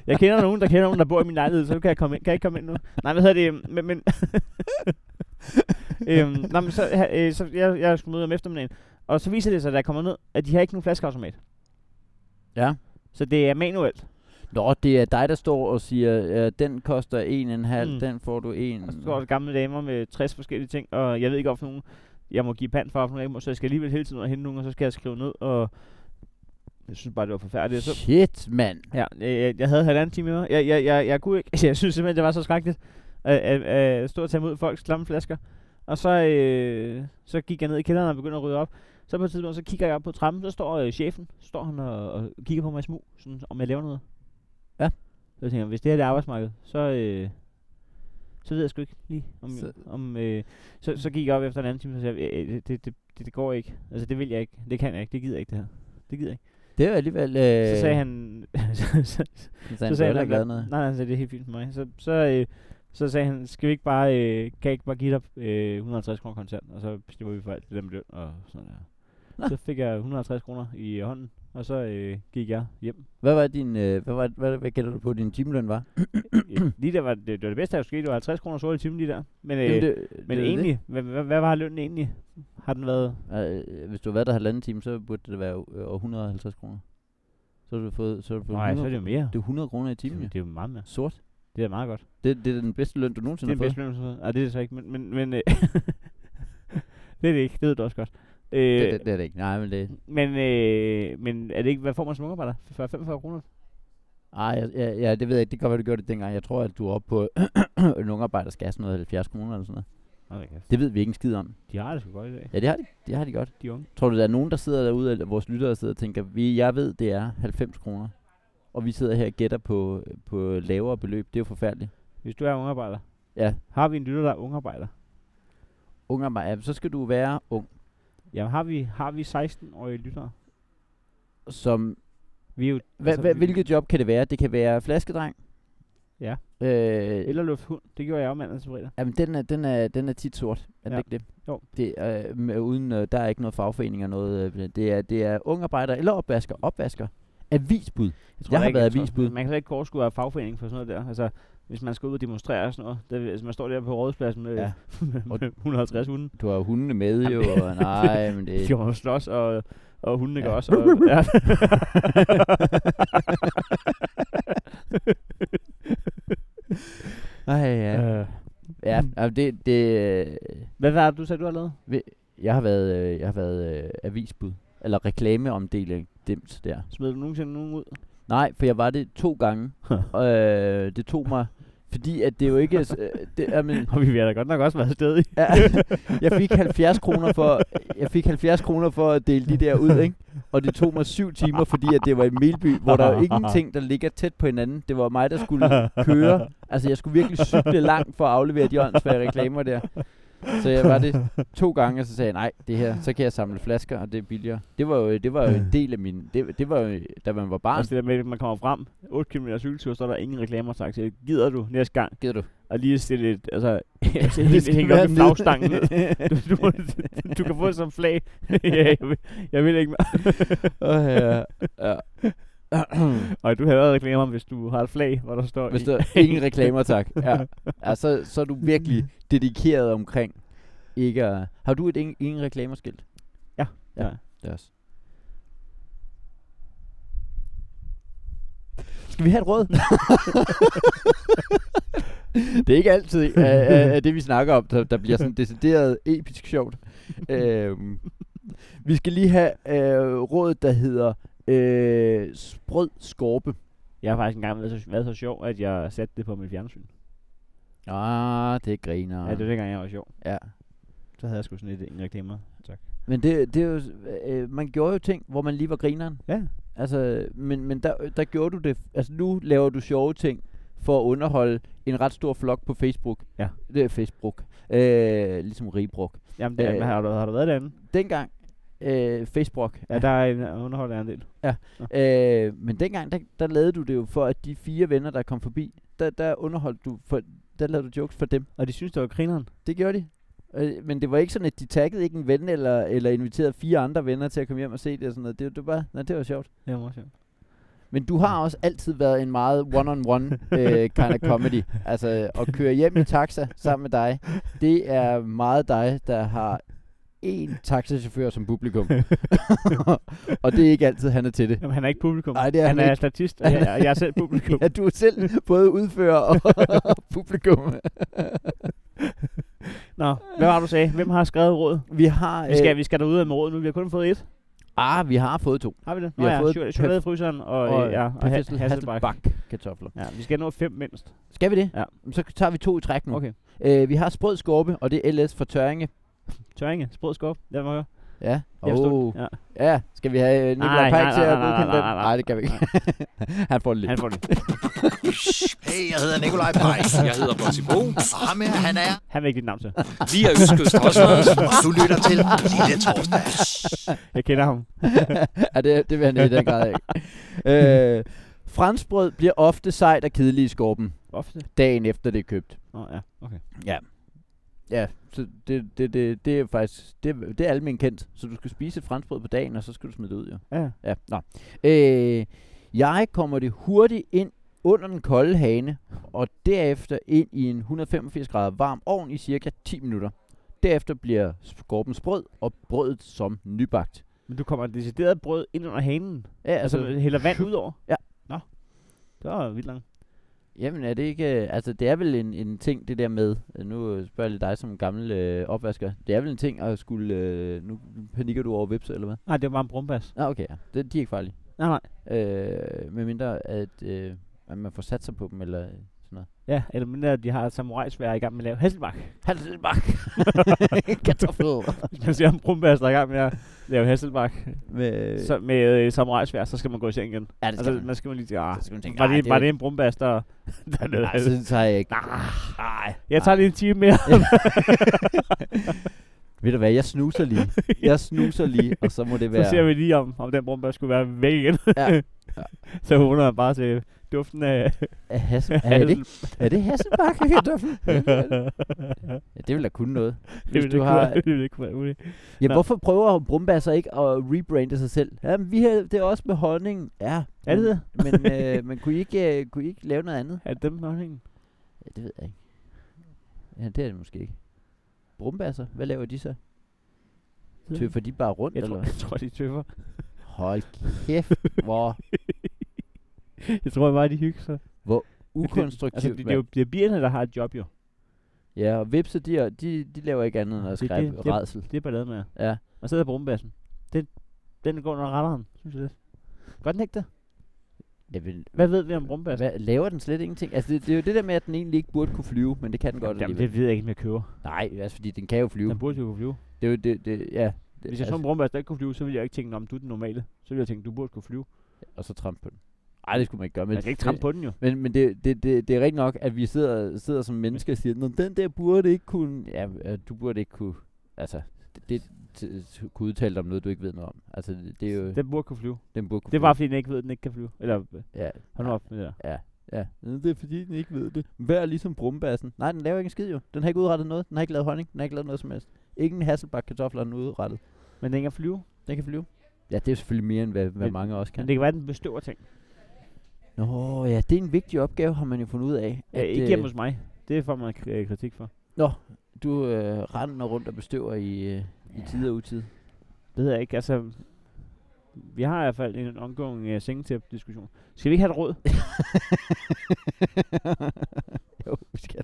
S2: jeg kender nogen, der kender nogen, der bor i min lejlighed, så nu kan jeg, komme ind. kan jeg ikke komme ind nu. Nej, hvad hedder det? Men, men øhm, nej, men så, ha- øh, så jeg, jeg skulle møde om eftermiddagen, og så viser det sig, da jeg kommer ned, at de har ikke nogen flaskeautomat.
S1: ja.
S2: Så det er manuelt.
S1: Nå, det er dig, der står og siger, øh, den koster en en halv,
S2: Mm.
S1: mm. den får du en.
S2: Og så står der gamle damer med 60 forskellige ting, og jeg ved ikke, hvorfor nogen jeg må give pand for, hvorfor nogen jeg ikke må, så jeg skal alligevel hele tiden ud og hente nogen, og så skal jeg skrive ned, og jeg synes bare, det var forfærdeligt. Så
S1: Shit, mand.
S2: Ja, jeg, jeg, jeg havde halvanden time med mig. Jeg, jeg, jeg, jeg kunne ikke. Jeg synes simpelthen, det var så skrækkeligt at, at, at stå og tage imod folks klamme flasker. Og så, øh, så gik jeg ned i kælderen og begyndte at rydde op. Så på et tidspunkt, så kigger jeg op på trappen, så står øh, chefen, står han og, og kigger på mig i smug, sådan, om jeg laver noget.
S1: Ja.
S2: Så tænker jeg, hvis det her det er arbejdsmarkedet, så, øh, så ved jeg sgu ikke lige, om, så.
S1: Så-
S2: om øh, så, så gik jeg op efter en anden time, og så sagde jeg, "Øh, det, det, det, det går ikke. Altså, det vil jeg ikke. Det kan jeg ikke. Det gider jeg ikke, det her. Det gider jeg ikke.
S1: Det er jo alligevel...
S2: Øh.
S1: Øh,
S2: Så sagde han, så,
S1: Så sagde han, så
S2: han,
S1: han,
S2: nej,
S1: han
S2: nej,
S1: noget.
S2: nej, han sagde, det er helt fint for mig. Så, så, øh, så sagde han, skal vi ikke bare, øh, kan jeg ikke bare give dig øh, 150 kroner kontant, og så bestemmer vi for alt det der med løn og sådan
S1: Nå.
S2: der. Så fik jeg 150 kroner i hånden, og så øh, gik jeg hjem.
S1: Hvad var din... Øh, hvad, var, hvad, hvad gælder du på, din timeløn var?
S2: Øh, lige der var det, det, var det bedste, der kunne ske, det var 50 kroner sort i timen lige der. Men, øh,
S1: Jamen,
S2: det,
S1: det,
S2: men
S1: det er jo det.
S2: egentlig, hvad, hvad, hvad, var lønnen egentlig? Har den været?
S1: Øh, hvis du har været der halvanden time, så burde det være øh, over 150 kroner. Så har du fået, så har du fået
S2: Nej,
S1: 100,
S2: så er det jo mere.
S1: det er 100 kroner i timen,
S2: det,
S1: ja.
S2: er- det er jo meget mere.
S1: Sort.
S2: Det er meget godt.
S1: Det, det er den bedste løn, du
S2: Det er
S1: nogensinde
S2: den
S1: har fået.
S2: bedste løn, Nej, det er det så ikke, men, men, men øh, det er det ikke. Det ved du også godt. Øh,
S1: Det, det, det er det ikke. Nej, men det...
S2: Men, øh, men er det ikke, hvad får man som ungarbejder? 45 kroner?
S1: Ej, ja, ja, ja, det ved jeg ikke. Det kan godt være, du gjorde det dengang. Jeg tror, at du er oppe på... en ungarbejder skal have sådan noget 70 kroner eller sådan noget.
S2: Okay,
S1: Det ved vi ikke en skid om.
S2: de har det sgu godt i dag,
S1: Ja, det har de, det har de godt.
S2: de unge.
S1: Tror du, der er nogen, der sidder derude, eller vores lyttere der sidder og tænker, vi, jeg ved, det er 90 kroner, og vi sidder her og gætter på, på lavere beløb. Det er jo forfærdeligt.
S2: Hvis du er ungarbejder,
S1: Ja,
S2: har vi en lytter, der er ungarbejder?
S1: unger mig, ja, så skal du være ung,
S2: Jamen har vi, har vi 16-årige lyttere?
S1: som...
S2: Vi er jo
S1: Hva,
S2: Altså,
S1: hva,
S2: vi-
S1: hvilket job kan det være? Det kan være flaskedreng.
S2: Ja.
S1: Øh,
S2: eller luft hund. Det gjorde jeg jo mandag til fredag.
S1: Jamen, den er, den, er, den er tit sort. Er
S2: Ja.
S1: det ikke det?
S2: Jo.
S1: det øh, med, uden, øh, der er ikke noget fagforening og noget. Øh, det, er, det er ungarbejder eller opvasker. Opvasker. Avisbud. Jeg, jeg har
S2: ikke,
S1: været
S2: tror-
S1: avisbud.
S2: Man kan slet ikke kortskue af fagforening for sådan noget der. Altså, hvis man skal ud og demonstrere og sådan noget. Der, hvis man står der på rådspladsen med,
S1: Ja.
S2: ja.
S1: Og-
S2: med 150 hunde.
S1: Du har jo hundene med jo, og nej, men det...
S2: De kommer og slås, og, og hundene Øh.
S1: Ja.
S2: ja. gør også. Og, ja.
S1: Ej, ja.
S2: Øh,
S1: Ja, altså, det, det... øh,
S2: Hvad var det, du sagde, du har lavet?
S1: Jeg har været, øh, jeg har været øh, avisbud, eller reklameomdeling dimt der.
S2: Smed du nogensinde nogen ud?
S1: Nej, for jeg var det to gange, og øh, det tog mig... Fordi at det jo ikke... er s- Øh, det, er, men,
S2: Og vi har da godt nok også været afsted i.
S1: Ja, jeg fik 70 kroner for jeg fik 70 kroner for at dele de der ud, ikke? Og det tog mig 7 timer, fordi at det var i Melby, hvor der er jo ingenting der ligger tæt på hinanden. Det var mig der skulle køre. Altså jeg skulle virkelig cykle langt for at aflevere de åndsfærdige reklamer der. Så jeg var det to gange, og så sagde jeg, nej, det her, så kan jeg samle flasker, og det er billigere. Det var jo, det var jo en del af min, det, det var jo, da man var barn,
S2: Også det der med, at man kommer frem, 8 km cykeltur, så er der ingen reklamer sagt. Så gider du næste gang
S1: gider du.
S2: at lige stille et, altså,
S1: skal
S2: det skal hænge
S1: være
S2: op i
S1: nede.
S2: flagstangen. Du, du, må- du, kan få det som flag. ja, jeg, vil, jeg vil ikke mere.
S1: Åh, ja, ja.
S2: Og du havde reklamer, hvis du har et flag, hvor der står...
S1: Hvis
S2: i-
S1: der er ingen reklamer, tak. Ja. ja så, så er du virkelig dedikeret omkring ikke at... Har du et ingen, ingen reklamerskilt?
S2: Ja.
S1: Ja,
S2: Ja.
S1: det er også. Skal vi have et råd? det er ikke altid, at, at, at det vi snakker om, der, der bliver sådan decideret episk sjovt. øhm, vi skal lige have øh, rådet, der hedder øh, sprød skorpe.
S2: Jeg har faktisk engang været så, været så sjov, at jeg satte det på mit fjernsyn.
S1: Ah, det griner.
S2: Ja, det var dengang, jeg var sjov.
S1: Ja.
S2: Så havde jeg sgu sådan lidt ingen reklamer. Tak.
S1: Men det, det er jo, øh, man gjorde jo ting, hvor man lige var grineren.
S2: Ja.
S1: Altså, men, men der, der gjorde du det. Altså, nu laver du sjove ting for at underholde en ret stor flok på Facebook.
S2: Ja.
S1: Det er Facebook. Øh, ligesom Ribrok.
S2: Jamen, det,
S1: Øh.
S2: øh, har, du, har du været derinde?
S1: Dengang, øh, Facebook.
S2: Ja, der er en underholder en del.
S1: Øh, men dengang, der, der lavede du det jo for, at de fire venner, der kom forbi, der, der underholdt du, for, der lavede du jokes for dem.
S2: Og de synes, det var grineren.
S1: Det gjorde de. Øh, men det var ikke sådan, at de taggede ikke en ven, eller, eller inviterede fire andre venner til at komme hjem og se det og sådan noget. Det, var- det var bare, nej, det var sjovt.
S2: Det var meget sjovt.
S1: Men du har også altid været en meget one-on-one øh, kind of comedy. Altså at køre hjem i taxa sammen med dig, det er meget dig, der har én taxachauffør som publikum. og det er ikke altid, han er til det.
S2: Jamen, han er ikke publikum.
S1: Nej, det er
S2: han,
S1: han
S2: er
S1: ikke.
S2: statist, og jeg, og jeg er selv publikum.
S1: Ja, du er selv både udfører og publikum.
S2: Nå, hvad var det, du sagde? Hvem har skrevet råd?
S1: Vi har... øh,
S2: Vi skal, vi skal derude med råd nu. Vi har kun fået et.
S1: ah, vi har fået to.
S2: Har vi det?
S1: Vi
S2: Nå,
S1: har
S2: ja,
S1: fået
S2: fået chokoladefryseren og, og,
S1: Og,
S2: ja, og
S1: Hassel-
S2: Hasselbak.
S1: kartofler.
S2: Ja, vi skal nå fem mindst.
S1: Skal vi det?
S2: Ja.
S1: Jamen, Så tager vi to i træk nu.
S2: Okay.
S1: Øh, vi har sprød skorpe, og det er LS for Tøringe.
S2: Tøringe, sprød skov. Lad mig høre.
S1: Ja.
S2: Jeg forstod den.
S1: Åh.
S2: Ja. Oh.
S1: Ja, skal vi have øh, Nikolaj
S2: Nej,
S1: Pajk
S2: nej,
S1: til at
S2: nej, nej,
S1: godkende
S2: nej,
S1: den?
S2: nej, nej.
S1: Nej, det kan vi ikke. han får det lidt.
S2: Han får det.
S4: Hey, jeg hedder Nikolaj Pajs.
S5: Jeg hedder Bossy Bo.
S4: Og ham her, han er.
S2: Han vil ikke dit navn til.
S5: Vi er Østkyst Rosmars.
S4: Og du lytter til Lille Torsdag.
S2: Jeg kender ham.
S1: ja, det, det vil han i den grad ikke. øh, franskbrød bliver ofte sejt og kedeligt i skorpen,
S2: Ofte.
S1: dagen efter det er købt.
S2: Nå, ja. Okay.
S1: Ja, så det, det, det, det er faktisk, det, er- det er almindeligt kendt. Så du skal spise et franskbrød på dagen, og så skal du smide det ud, jo.
S2: Ja, ja.
S1: Ja, nå. Øh, jeg kommer det hurtigt ind under den kolde hane, og derefter ind i en 185 grader varm ovn i cirka 10 minutter. Derefter bliver skorpen sprød, og brødet som nybagt.
S2: Men du kommer decideret brød ind under hanen.
S1: Ja,
S2: Altså,
S1: altså,
S2: altså hælder vand ud over?
S1: Ja.
S2: Nå. Det var vildt langt.
S1: jamen er det ikke, øh, altså det er vel en, en ting det der med, øh, nu øh, spørger jeg lige dig som en gammel øh, opvasker, det er vel en ting at skulle, øh, nu panikker du over vips eller hvad?
S2: Nej, det var bare en brumbas.
S1: Nå okay, ja. det, de er ikke farlige.
S2: Nej, nej.
S1: Øh, med mindre at, øh, at man får sat sig på dem eller øh, sådan noget.
S2: Ja, eller mindre, at de har et samurajsvær i gang med at lave hasselbak.
S1: Hasselbak. Kartoffel.
S2: Hvis man ser en brumbas, der er i gang med at lave hasselbak
S1: Med,
S2: så med øh, samurajsvær, så skal man gå i seng igen.
S1: ja, det
S2: Altså,
S1: skal man.
S2: man skal man lige sige, ah,
S1: Så skal man tænke,
S2: var,
S1: "Ah,
S2: det,
S1: det
S2: var
S1: er-
S2: det en brumbas, der, der lavede
S1: Nej,
S2: hasselbak?
S1: så tager jeg ikke.
S2: Nej, jeg tager lige en time mere.
S1: Ved du hvad, jeg snuser lige. Jeg snuser lige, og så må det være...
S2: så ser vi lige, om, om den brumbas skulle være væk igen.
S1: Ja.
S2: så vågner jeg bare til duften af
S1: Er, Hassel, er, det, ikke- er det Hasselbak, kartoffel? ja, det vil da kunne noget.
S2: det
S1: Hvis
S2: ville
S1: du
S2: ikke
S1: har-
S2: kunne være- det ville ikke kunne være muligt.
S1: Ja,
S2: Nå.
S1: hvorfor prøver Brumba så ikke at rebrande sig selv? Jamen, vi har, det er også med honning. Ja,
S2: Er det
S1: men, men, øh, men kunne, I ikke, øh, kunne I ikke lave noget andet?
S2: Er det dem, der har hængt?
S1: Ja, det ved jeg ikke. Ja, det er det måske ikke. Brumbasser, hvad laver de så?
S2: Ved
S1: Tøffer de bare rundt,
S2: Jeg
S1: eller
S2: tror,
S1: hvad?
S2: jeg tror, de tøffer.
S1: Hold kæft, hvor
S2: Jeg tror bare, de hygger sig.
S1: ukonstruktivt.
S2: Altså, det, det, er jo det er bierne, der har et job jo.
S1: mand. Ja, og vipse, de, er- de, de laver ikke andet end at
S2: Det-
S1: skrive
S2: det- det-
S1: redsel.
S2: Det er balladen med.
S1: Ja.
S2: Og så er der brumbassen. Den, den går under retteren, synes jeg lidt. Godt den ikke det?
S1: Jamen,
S2: Hvad ved vi om brumbassen?
S1: hvad, laver den slet ingenting? Altså, det, det, er jo det der med, at den egentlig ikke burde kunne flyve, men det kan den godt
S2: Jamen,
S1: alligevel.
S2: det ved jeg ikke, om jeg køber.
S1: Nej, altså, fordi den kan jo flyve.
S2: Den burde jo kunne flyve.
S1: Det er jo det, det ja. Det, altså,
S2: Hvis jeg så en brumbass, der ikke kunne flyve, så ville jeg ikke tænke, om du er den normale. Så ville jeg tænke, du burde kunne flyve.
S1: Og så trampe på den. Nej, det skulle man ikke gøre. Men,
S2: Men jeg kan ikke trampe på den jo.
S1: Men, men det, det, det, det er rigtigt nok, at vi sidder, sidder som mennesker og siger, "Nå, den der burde ikke kunne... Ja, øh, du burde ikke kunne... Altså, det, det t- t- kunne udtale dig om noget, du ikke ved noget om. Altså, det, det er jo...
S2: Den burde kunne flyve.
S1: Den burde kunne
S2: Det er bare, fordi den ikke ved, at den ikke kan flyve. Eller, øh,
S1: flyve. Ja,
S2: hold nu op med det der.
S1: ja. Øh, Det er fordi, den ikke ved det. Vær ligesom brumbassen. Nej, den laver ikke en skid jo. Den har ikke udrettet noget. Den har ikke lavet honning. Den har ikke lavet noget som helst. Ingen hasselbak kartofler er den udrettet.
S2: Men den kan flyve.
S1: Den kan flyve. Ja, det er selvfølgelig mere, end hvad, hvad
S2: Men-
S1: mange også
S2: Men
S1: kan.
S2: det kan være, at den bestøver ting.
S1: Nå, ja, det er en vigtig opgave, har man jo fundet ud af.
S2: Ja,
S1: at,
S2: ikke
S1: øh,
S2: hjemme hos mig. Det får man kri- øh, kritik for.
S1: Nå, du øh, render rundt og bestøver i, øh, i tid og utid.
S2: Det ved jeg ikke. Altså, vi har i hvert fald en omgående uh, sengetæp-diskussion. Skal vi ikke have et råd?
S1: jo, vi skal.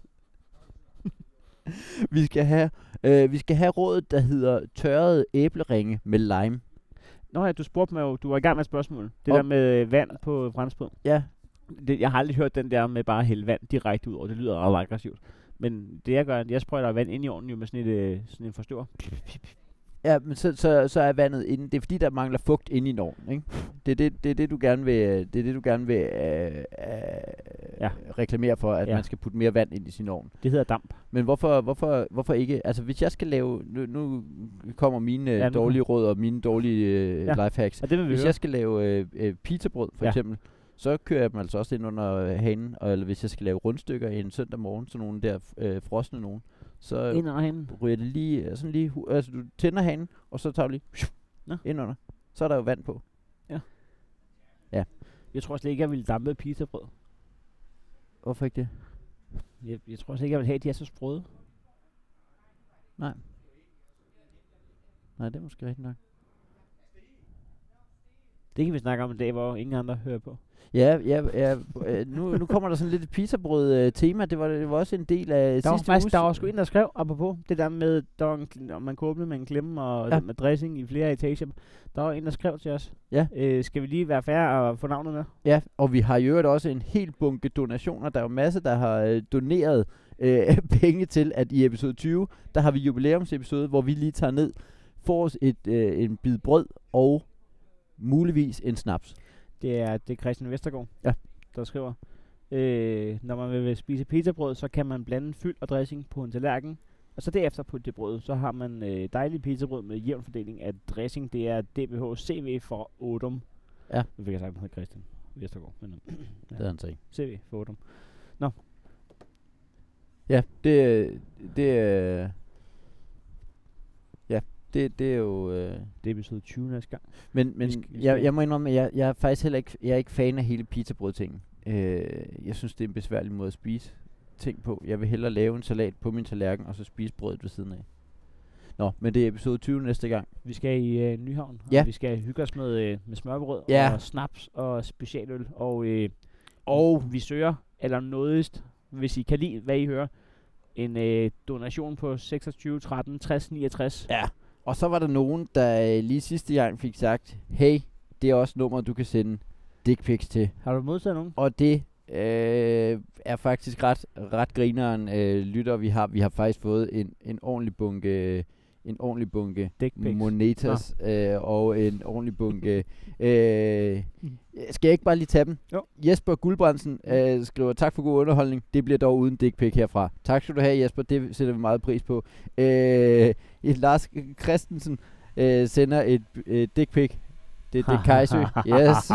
S1: vi skal have øh, vi skal have rådet der hedder tørrede æbleringe med lime.
S2: Nå ja, du spurgte mig jo, du var i gang med et spørgsmål. Det
S1: Om-
S2: der med øh, vand på franskbrød.
S1: Ja,
S2: Det, jeg har aldrig hørt den der med bare at hælde vand direkte ud over. Det lyder ret aggressivt. Men det jeg gør, jeg sprøjter vand ind i ovnen jo med sådan, et, øh, sådan en forstøver.
S1: ja men så, så, så er vandet inde. Det er fordi der mangler fugt inde i ovnen, ikke? Det er det, det, er det du gerne vil det er det du gerne vil øh, øh, ja.
S2: Ja.
S1: reklamere for at ja.
S2: Ja.
S1: man skal putte mere vand ind i sin ovn.
S2: Det hedder damp.
S1: Men hvorfor, hvorfor, hvorfor ikke? Altså, hvis jeg skal lave... Nu, nu kommer mine
S2: Ja,
S1: ja,
S2: nu-
S1: dårlige råd og mine dårlige øh,
S2: Ja.
S1: ja. lifehacks.
S2: Og det vil vi
S1: Hvis
S2: høre.
S1: jeg skal lave øh, øh, pizzabrød, for
S2: Ja.
S1: ja. eksempel, så kører jeg dem altså også ind under øh, hanen. Og, eller hvis jeg skal lave rundstykker en søndag morgen, sådan nogle der øh, frosne nogen, så
S2: Ind under hende.
S1: ryger det lige... øh, Sådan lige hu- altså, du tænder hanen, og så tager du lige...
S2: Nå.
S1: Ind under. Så er der jo vand på.
S2: Jeg tror slet ikke, jeg ville dampe et pizzabrød.
S1: Hvorfor ikke det?
S2: Jeg, jeg tror slet ikke, jeg ville have, at de er så sprøde.
S1: Nej, det er måske rigtigt nok.
S2: Det kan vi snakke om en dag, hvor ingen andre hører på.
S1: Ja, ja, ja øh, nu, nu kommer der sådan lidt et pizzabrød-tema. Det var, det var også en del af
S2: Der var,
S1: sidste
S2: faktisk, der
S1: uges-
S2: var sgu en, der skrev, apropos det der med, der var en, kl- om man kunne åbne med en klemme og
S1: Ja.
S2: ja. med dressing i flere etager. Der var en, der skrev til os.
S1: Ja.
S2: Øh, skal vi lige være færre og få navnet med?
S1: Ja, og vi har i øvrigt også en hel bunke donationer. Der er jo masse, der har øh, doneret øh, penge til, at i episode 20, der har vi jubilæumsepisode, hvor vi lige tager ned, får os et, øh, en bid brød og muligvis en snaps.
S2: Det er, det er Christian Vestergaard,
S1: Ja.
S2: der skriver. Øh, når man vil spise pizzabrød, så kan man blande fyld og dressing på en tallerken. Og så derefter på det brød, så har man øh, dejlig pizzabrød med jævn fordeling af dressing. Det er DBH CV for Odom.
S1: Ja.
S2: Nu fik jeg sagt, at han hedder Christian Vestergaard. Men, øh,
S1: Det havde han så ikke.
S2: CV for Odom.
S1: Ja, det, øh, det, øh, ja, det, det er jo... Øh,
S2: Det er episode 20 næste gang.
S1: Men, men
S2: skal- vi
S1: jeg,
S2: skal-
S1: jeg må indrømme, at jeg, jeg er faktisk heller ikke, jeg er ikke fan af hele pizzabrødtingen. Øh, jeg synes, det er en besværlig måde at spise ting på. Jeg vil hellere lave en salat på min tallerken, og så spise brødet ved siden af. Nå, men det er episode 20 næste gang.
S2: Vi skal i øh, Nyhavn,
S1: Ja.
S2: og vi skal hygge os med, øh, med smørbrød
S1: Ja.
S2: og snaps og specialøl. Og, øh,
S1: Og
S2: vi søger allernådigst, hvis I kan lide, hvad I hører, en øh, donation på 26 13 60 69.
S1: Ja. Og så var der nogen, der øh, lige sidste gang fik sagt, hey, det er også nummeret, du kan sende dick pics til.
S2: Har du modtaget nogen?
S1: Og det øh, er faktisk ret, ret grineren øh, lytter, vi har. Vi har faktisk fået en, en ordentlig bunke, en ordentlig bunke
S2: Dick pics.
S1: monetas øh, og en ordentlig bunke. øh, skal jeg ikke bare lige tage dem?
S2: Jo.
S1: Jesper Guldbrandsen øh, skriver, tak for god underholdning. Det bliver dog uden dick pic herfra. Tak skal du have, Jesper. Det sætter vi meget pris på. Øh, Lars Christensen øh, sender et øh, dick pic. Det, det er Kajsø. Yes.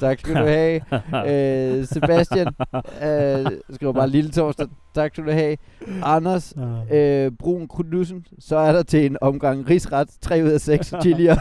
S1: tak skal du have. Øh, Sebastian øh, skriver bare lille torsdag. Tak skal du have. Anders øh, Brun Knudsen, så er der til en omgang rigsret 3 ud af 6 chilier.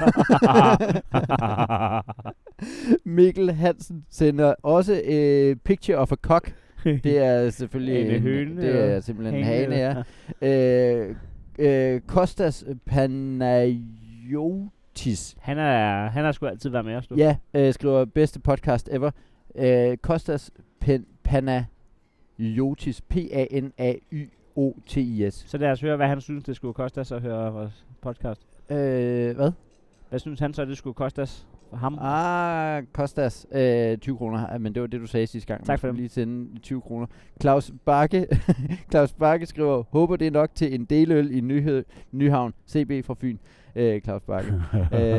S1: Mikkel Hansen sender også øh, picture of a cock. Det er selvfølgelig...
S2: Hane
S1: en-
S2: høne,
S1: Det er
S2: eller
S1: simpelthen en hane, ja. Øh, øh, Kostas Panayotis.
S2: Han er, han har sgu altid været med os, du.
S1: Ja, øh, skriver bedste podcast ever. Øh, Kostas Pen- Panayotis. P-A-N-A-Y-O-T-I-S.
S2: Så lad os høre, hvad han synes, det skulle koste os at høre vores podcast.
S1: Øh, hvad?
S2: Hvad synes han så, det skulle koste os for ham?
S1: Ah, Kostas. Øh, 20 kroner, Ah, men det var det, du sagde sidste gang.
S2: Tak
S1: Man
S2: for
S1: skulle
S2: dem.
S1: Lige sende 20 kroner. Claus Bakke, Claus Bakke skriver, håber det er nok til en deløl i Nyhed, Nyhavn. CB fra Fyn. Øh, Claus Bakke.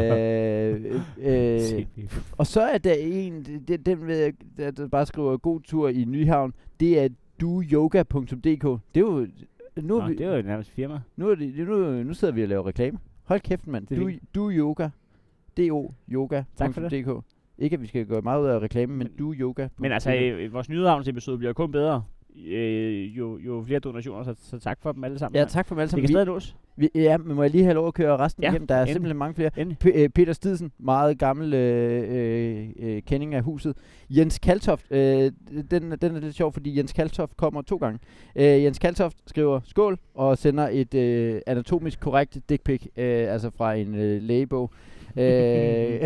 S1: øh, øh, og så er der en, den, den ved jeg, der, der bare skriver, god tur i Nyhavn. Det er duyoga.dk. Det er jo... Nu,
S2: Nå,
S1: er vi,
S2: det var jo nærmest firma.
S1: nu, er det, nu, nu sidder vi og laver reklame. Hold kæft, mand.
S2: Det er
S1: Du, du yoga. do yoga.
S2: Tak for det.
S1: Ikke at vi skal gøre meget ud af reklame, men du yoga.
S2: Men altså, øh, vores nyhedsavnsepisode bliver kun bedre. Øh, jo, jo flere donationer, så, så tak for dem alle sammen.
S1: Ja,
S2: mand.
S1: tak for dem alle
S2: Det
S1: sammen.
S2: kan stadig nås.
S1: Vi, vi, ja, men må jeg lige have lov at køre resten
S2: Ja,
S1: ja, hjem? Der er
S2: endelig.
S1: simpelthen mange flere.
S2: Endelig.
S1: P- øh, Peter Stidsen, meget gammel øh, øh, øh, kending af huset. Jens Kaltoft, øh, den, den er lidt sjov, fordi Jens Kaltoft kommer to gange. Øh, Jens Kaltoft skriver skål og sender et øh, anatomisk korrekt dick pic, øh, altså fra en øh, lægebog. øh,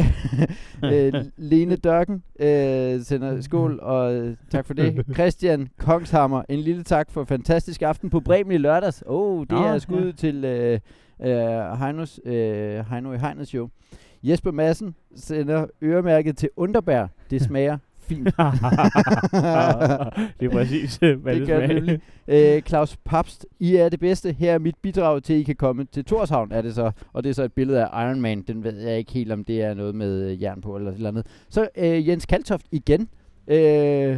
S1: øh, Lene Dørken øh, sender skål, og øh, tak for det. Christian Kongshammer, en lille tak for fantastisk aften på Bremen i lørdags. Åh, oh, det
S2: Nå,
S1: er skud ja. til øh, øh, Heinos, øh, Heino i Heinos show. Jesper Madsen sender øremærket til Underbær. Det smager fint.
S2: det er præcis, hvad det,
S1: det gør det
S2: smager.
S1: nemlig. Øh, Claus Papst, I er det bedste. Her er mit bidrag til, at I kan komme til Torshavn, er det så. Og det er så et billede af Iron Man. Den ved jeg ikke helt, om det er noget med øh, jern på eller et eller andet. Så øh, Jens Kaltoft igen. Øh,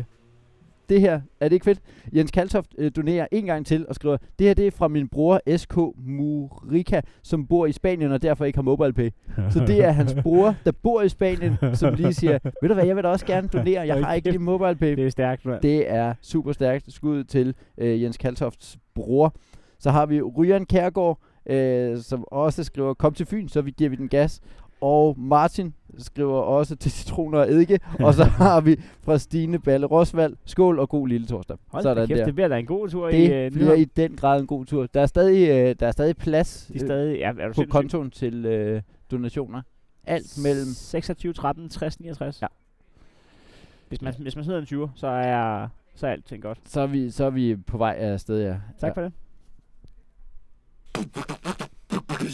S1: det her, er det ikke fedt? Jens Kaltoft øh, donerer en gang til og skriver, det her det er fra min bror SK Murica, som bor i Spanien og derfor ikke har MobilePay. Så det er hans bror, der bor i Spanien, som lige siger, ved du hvad, jeg vil da også gerne donere, jeg har ikke lige MobilePay.
S2: Det er stærkt, mand.
S1: Det er super stærkt skud til øh, Jens Kaltofts bror. Så har vi Ryan Kærgaard, øh, som også skriver, kom til Fyn, så vi giver vi den gas. Og Martin skriver også til citroner og eddike. og så har vi fra Stine Balle Rosvald, skål og god lille torsdag.
S2: Hold
S1: Sådan
S2: da kæft,
S1: der.
S2: det bliver da en god tur i
S1: Det
S2: øh,
S1: bliver
S2: Nyhavn.
S1: i den grad en god tur. Der er stadig, øh, der er stadig plads
S2: De er
S1: øh,
S2: stadig, ja, er du
S1: på
S2: sindssyg?
S1: kontoen til øh, donationer. Alt mellem
S2: 26, 13, 60, 69.
S1: Ja.
S2: Hvis man, hvis man sidder en 20, så er, så er alting godt.
S1: så er, vi, så er vi på vej afsted, ja.
S2: Tak
S1: ja.
S2: for det.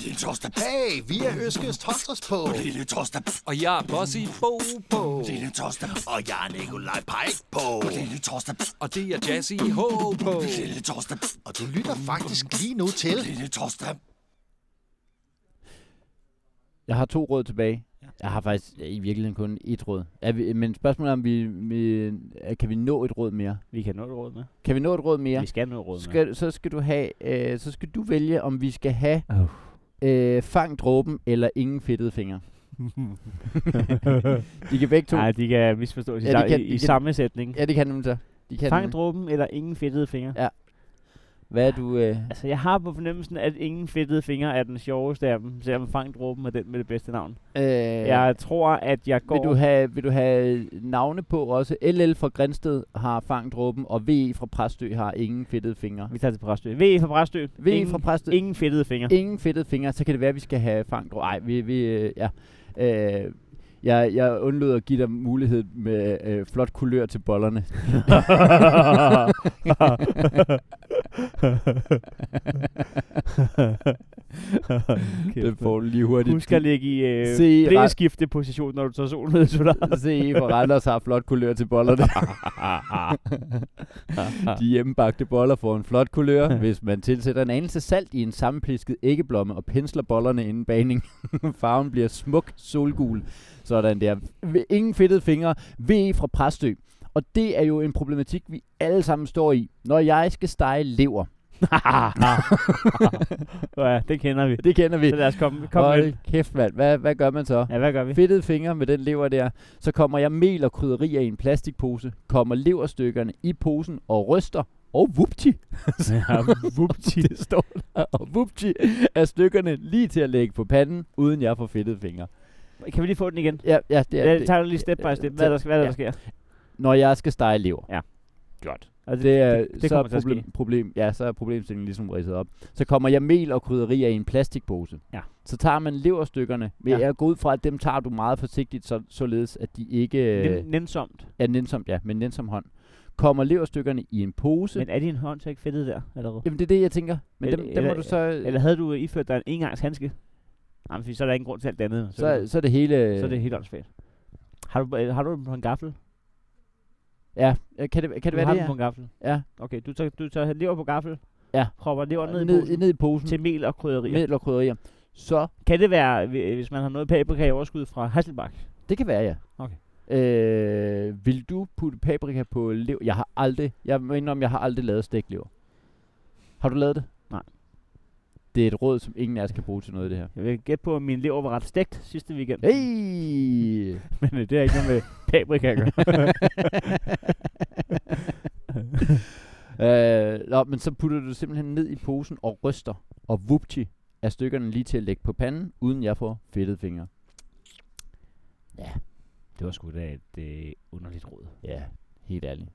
S4: Lille torsdag. Hey, vi er Øskes Torsdags på. Lille torsdag.
S5: Og jeg er Bossy Bo på.
S4: Lille torsdag. Og jeg er Nikolaj Pajk på. Lille torsdag.
S5: Og det er Jazzy H på.
S4: Lille torsdag. Og du lytter faktisk lige nu til. Lille torsdag.
S1: Jeg har to råd tilbage. Ja. Jeg har faktisk ja, i virkeligheden kun et råd. Er vi, men spørgsmålet er, om vi, vi, er, kan vi nå et råd mere?
S2: Vi kan nå et råd med.
S1: Kan vi nå et råd
S2: Ja.
S1: mere?
S2: Vi skal nå et råd med.
S1: Skal, så, skal du have, øh, så skal du vælge, om vi skal have
S2: Oh.
S1: øh, fang dråben eller ingen fedtede fingre. de kan begge to.
S2: Nej, de kan misforstås i,
S1: Ja, de
S2: sa-
S1: kan-
S2: i,
S1: de
S2: i
S1: kan-
S2: samme sætning.
S1: Ja, det kan nemlig så. De kan
S2: Fang
S1: nemlig.
S2: dråben eller ingen fedtede fingre.
S1: Ja. Hvad er du... Øh,
S2: Altså, jeg har på fornemmelsen, at ingen fedtede fingre er den sjoveste af dem, selvom fang dråben er den med det bedste navn.
S1: øh,
S2: Øh. Jeg tror, at jeg går...
S1: vil, du have, vil du have øh, navne på også? LL fra Grænsted har fang dråben, og VE fra Præstø har ingen fedtede fingre.
S2: Vi tager til Præstø. V fra Præstø.
S1: VE
S2: ingen,
S1: fra Præstø...
S2: ingen fedtede fingre.
S1: ingen fedtede fingre, så kan det være, at vi skal have fangt. Nej, vi, vi, øh, ja. Øh, jeg, jeg undlod at give dig mulighed med øh, flot kulør til bollerne. det får du lige hurtigt.
S2: Husk at ligge i øh,
S1: Se ret-
S2: blæskifteposition, når du tager solen ned til dig.
S1: Se, for Randers har flot kulør til bollerne. De hjemmebagte boller får en flot kulør, hvis man tilsætter en anelse salt i en sammenplisket æggeblomme og pensler bollerne inden bagning. Farven bliver smuk solgul. Sådan der. V- Ingen fedtede fingre. VE fra Præstø. Og det er jo en problematik, vi alle sammen står i, når jeg skal stege lever.
S2: ja, det kender vi.
S1: Det kender vi.
S2: Så lad os komme, kom med.
S1: Hold kæft, mand. Hvad, hvad gør man så?
S2: Ja, hvad gør vi?
S1: fedtede fingre med den lever der, så kommer jeg mel og krydderier i en plastikpose, kommer leverstykkerne i posen og ryster, og vupti,
S2: Ja, vupti.
S1: det står der, og vupti er stykkerne lige til at lægge på panden, uden jeg får fedtede fingre.
S2: Kan vi lige få den igen?
S1: Ja, ja, det
S2: Ja,
S1: er
S2: det
S1: det.
S2: tager du lige step by step, hvad der, hvad der, der sker.
S1: Når jeg skal stege lever.
S2: Ja.
S1: Godt.
S2: Og det,
S1: det er,
S2: det
S1: det så er
S2: kommer til at
S1: problem,
S2: ske.
S1: problem, ja, så er problemstillingen ligesom ridset op. Så kommer jeg mel og krydderier i en plastikpose.
S2: Ja.
S1: Så tager man leverstykkerne, men
S2: Ja.
S1: ja. jeg går ud fra, at dem tager du meget forsigtigt, så, således at de ikke øh,
S2: nen- nænsomt.
S1: er nænsomt, ja, men nænsom hånd. Kommer leverstykkerne i en pose. Men,
S2: Men er din hånd så ikke fedtet der allerede?
S1: Jamen det er det, jeg tænker. Men
S2: Eller-
S1: dem, dem må du så... Eller,
S2: Eller havde du øh, iført dig en engangs handske? Nej, men fordi så er der ingen grund til alt det andet. Så,
S1: så, øh,
S2: så,
S1: så er det hele...
S2: så er det helt åndssvagt. Har du, øh, har du den på en gaffel?
S1: Ja, øh, kan det, kan
S2: du
S1: det være
S2: har
S1: det,
S2: den på
S1: ja?
S2: en gaffel.
S1: ja.
S2: Okay, du tager, du tager lever på gaffel.
S1: Ja.
S2: Propper lever ned, i
S1: ned,
S2: posen
S1: ned i posen
S2: til mel og krydderier.
S1: med og krydderier. Så
S2: Kan det være, hvi- hvis man har noget paprika i overskud fra Hasselbach?
S1: Det kan være, ja.
S2: Okay.
S1: Øh, vil du putte paprika på lever? Jeg har aldrig, jeg mener om, jeg har aldrig lavet steglever. Har du lavet det?
S2: Nej.
S1: Det er et råd, som ingen af os kan bruge til noget af det her.
S2: Jeg vil gætte på, at min lever var ret stegt sidste weekend.
S1: Hey!
S2: Men øh, det er ikke noget med paprika at gøre.
S1: øh, nå, men så putter du det simpelthen ned i posen og ryster. Og vupti er stykkerne lige til at lægge på panden, uden jeg får fedtede fingre.
S2: Det var sgu da et øh, underligt råd.
S1: Ja, helt ærligt.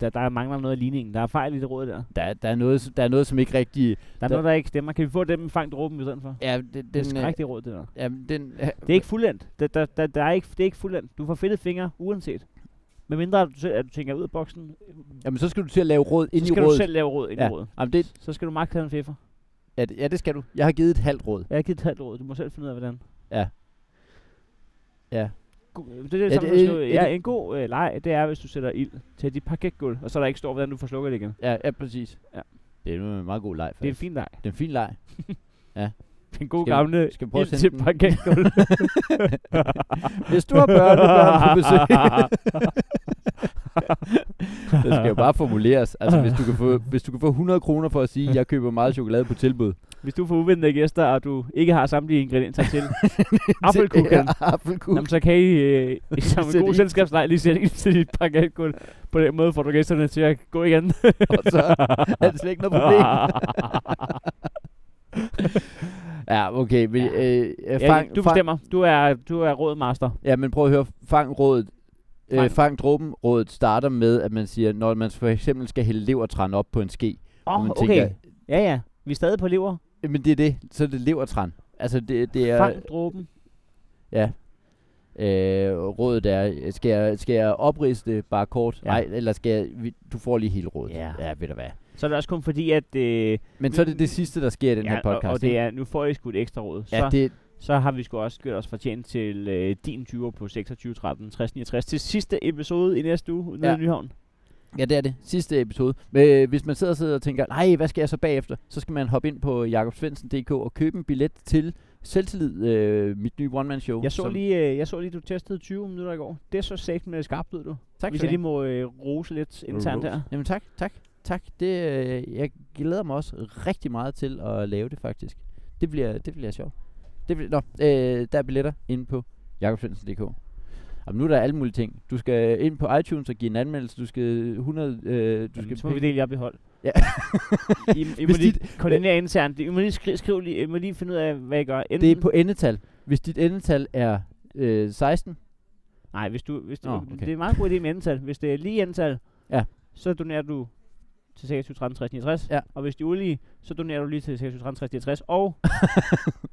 S2: Der, der mangler noget af ligningen. Der er fejl i det råd der.
S1: Der, der, er noget, der er noget, som ikke rigtig...
S2: Der er noget, der ikke stemmer. Kan vi få dem fang dråben i stedet for?
S1: Ja, den, den,
S2: Det er et
S1: øh,
S2: skrækkeligt råd, det der.
S1: ja, den,
S2: Det er ikke fuldendt. Der, der, der, der er ikke, det er ikke fuldendt. Du får fedtet fingre, uanset. Med mindre at du, selv, at du tænker ud af boksen,
S1: Jamen, så skal du til at lave råd ind
S2: så
S1: i
S2: skal
S1: rådet.
S2: du selv lave råd ind i
S1: ja.
S2: rådet.
S1: Jamen, det,
S2: Så skal du magt have en fiffer.
S1: ja, det, ja, det skal du. Jeg har givet et halvt råd.
S2: Jeg har givet et halvt råd. Du må selv finde ud af, hvordan.
S1: Ja.
S2: Gu- Det er det
S1: Ja,
S2: samme,
S1: det-
S2: det, det,
S1: øh,
S2: ja,
S1: det-
S2: en god øh, leg, det er, hvis du sætter ild til dit parketgulv, og så der ikke står, hvordan du får slukket det igen.
S1: Ja, ja præcis.
S2: Ja.
S1: Det er nu en meget god leg,
S2: Det er en
S1: faktisk.
S2: fin leg.
S1: Det er en fin leg.
S2: Det er en god
S1: Skal vi-
S2: gamle
S1: skal vi prøve at
S2: ild
S1: sende
S2: til
S1: den?
S2: parketgulv.
S1: Hvis du har børn, og børn på besøg. det skal jo bare formuleres. Altså, hvis du kan få, hvis du kan få 100 kroner for at sige, at jeg køber meget chokolade på tilbud.
S2: Hvis du får uventede gæster, og du ikke har samtlige ingredienser til affelkuglen,
S1: Apfelkuchen.
S2: Jamen, så kan I, øh, I som en
S1: Sæt
S2: god
S1: ild.
S2: selskabsleg lige sætte ild til dit parketgulv. På den måde får du gæsterne til at gå igen.
S1: Og så er det slet ikke noget problem. Ja, okay. Men, øh, øh,
S2: ja,
S1: fang,
S2: du
S1: fang,
S2: bestemmer. Du er, du er rådmaster.
S1: Ja, men prøv at høre, fangrådet, øh,
S2: Fang.
S1: fangdråben rådet starter med, at man siger, når man for eksempel skal hælde levertran op på en ske.
S2: Åh,
S1: og man "Øh,
S2: oh, okay. Ja, ja. Vi er stadig på lever.
S1: Men det er det, så er det levertran. Altså det, det
S2: Ja.
S1: er...
S2: Fang dråben.
S1: Ja. Øh, rådet er, øh, skal jeg, skal jeg oprise det bare kort?
S2: Ja.
S1: Ja. Nej, eller skal jeg, vi- du får lige hele rådet.
S2: Ja.
S1: ja ved du hvad.
S2: Så er det også kun fordi, at... Øh,
S1: Men så er det det sidste, der sker i den
S2: ja,
S1: her podcast.
S2: og, og det
S1: ikke?
S2: er, nu får I sgu et ekstra råd. Så,
S1: ja, det,
S2: så har vi sgu også gjort os fortjent til øh, din 20 på 26, 13, 60, 69. Til sidste episode i næste uge nede
S1: Ja.
S2: i Nyhavn.
S1: ja, det er det. Sidste episode. Men, øh, hvis man sidder og, sidder og tænker, nej, hvad skal jeg så bagefter? Så skal man hoppe ind på jakobsvendsen.dk og købe en billet til Selvtillid, øh, mit nye one-man-show.
S2: Jeg så,
S1: som-
S2: lige, øh, jeg så lige, du testede 20 minutter i går. Det så sagt med skarpt ud, du.
S1: Tak
S2: Hvis
S1: skal
S2: jeg
S1: du
S2: lige
S1: have.
S2: må øh, rose lidt internt her.
S1: Jamen tak, tak, tak. Det, øh, jeg glæder mig også rigtig meget til at lave det faktisk. Det bliver, det bliver sjovt. Det bliver, nå, øh, der er billetter inde på jakobsvendsen.dk. Jamen, nu er der alle mulige ting. Du skal ind på iTunes og give en anmeldelse. Du skal 100... Øh, du
S2: Du skal
S1: skal
S2: så må Mm, vi dele jer behold.
S1: Ja.
S2: I, I, må
S1: Hvis
S2: lige
S1: dit-
S2: koordinere internt. I må lige skrive, skriv lige, I må lige finde ud af, hvad I gør. Enten,
S1: det er på endetal. Hvis dit endetal er øh, 16,
S2: Nej, hvis du, hvis du,
S1: Nå,
S2: okay.
S1: okay.
S2: det er en meget god idé med endetal. Hvis det er lige endetal,
S1: Ja.
S2: så donerer du til 26, 13, 60, 69.
S1: Ja.
S2: Og hvis de er ulige, så donerer du lige til 26, 13, 60, 69. Og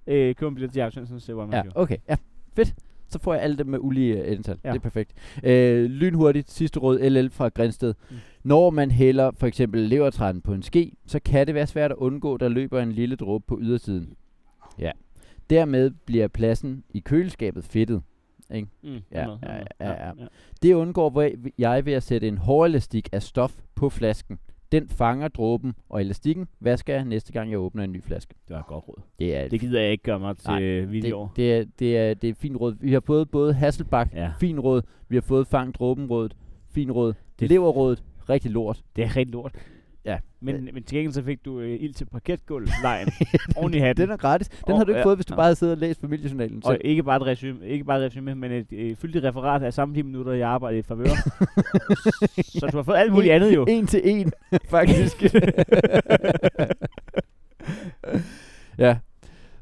S2: øh, køber en billet til Jacob Svendsens One Man
S1: Ja,
S2: Show.
S1: okay. Ja, fedt. Så får jeg alle dem med ulige øh, endetal.
S2: Ja.
S1: Ja. Det er perfekt. Øh, lynhurtigt, sidste råd, LL fra Grænsted.
S2: Mm.
S1: Mm. Når man hælder for eksempel levertræden på en ske, så kan det være svært at undgå, der løber en lille dråbe på ydersiden. Ja. Dermed bliver pladsen i køleskabet fedtet.
S2: Mm,
S1: Ja,
S2: sådan noget,
S1: ja,
S2: sådan noget.
S1: ja, ja. Det undgår hvor- jeg ved at sætte en hårelastik af stof på flasken. Den fanger dråben, og elastikken vasker jeg næste gang, jeg åbner en ny flaske.
S2: Det var et godt råd.
S1: Det er
S2: Det gider jeg ikke gøre mig til øh,
S1: Nej,
S2: Nej, video.
S1: det, det, er, det, er, det er fint råd. Vi har fået både Hasselbak,
S2: Ja.
S1: ja. fin råd. Vi har fået Fang Dråbenrådet, fin råd.
S2: Det-
S1: Det leverrådet, rigtig lort.
S2: Det er rigtig lort.
S1: Ja.
S2: Men, men til gengæld så fik du øh, ild til parketgulv lejen oven i hatten.
S1: Den er gratis. Den
S2: Åh,
S1: oh, har du ikke
S2: ja.
S1: ja. fået, hvis du
S2: Nå.
S1: bare havde siddet og læst familiejournalen. Så,
S2: Og ikke bare et resume, ikke bare et resume men et øh, fyldigt referat af samtlige minutter, jeg arbejdede i favør. så du har fået alt muligt andet jo.
S1: en til en, faktisk. ja.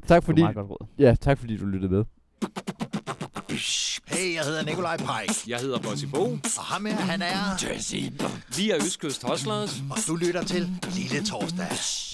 S1: Tak fordi,
S2: Meget godt råd.
S1: ja, tak fordi du lyttede med.
S4: Hey, Hej, jeg hedder Nikolaj Pej.
S5: Jeg hedder Bossy Bo.
S4: Og ham her, han er...
S5: Vi er Østkyst Hustlers.
S4: Og du lytter til Lille Torsdag.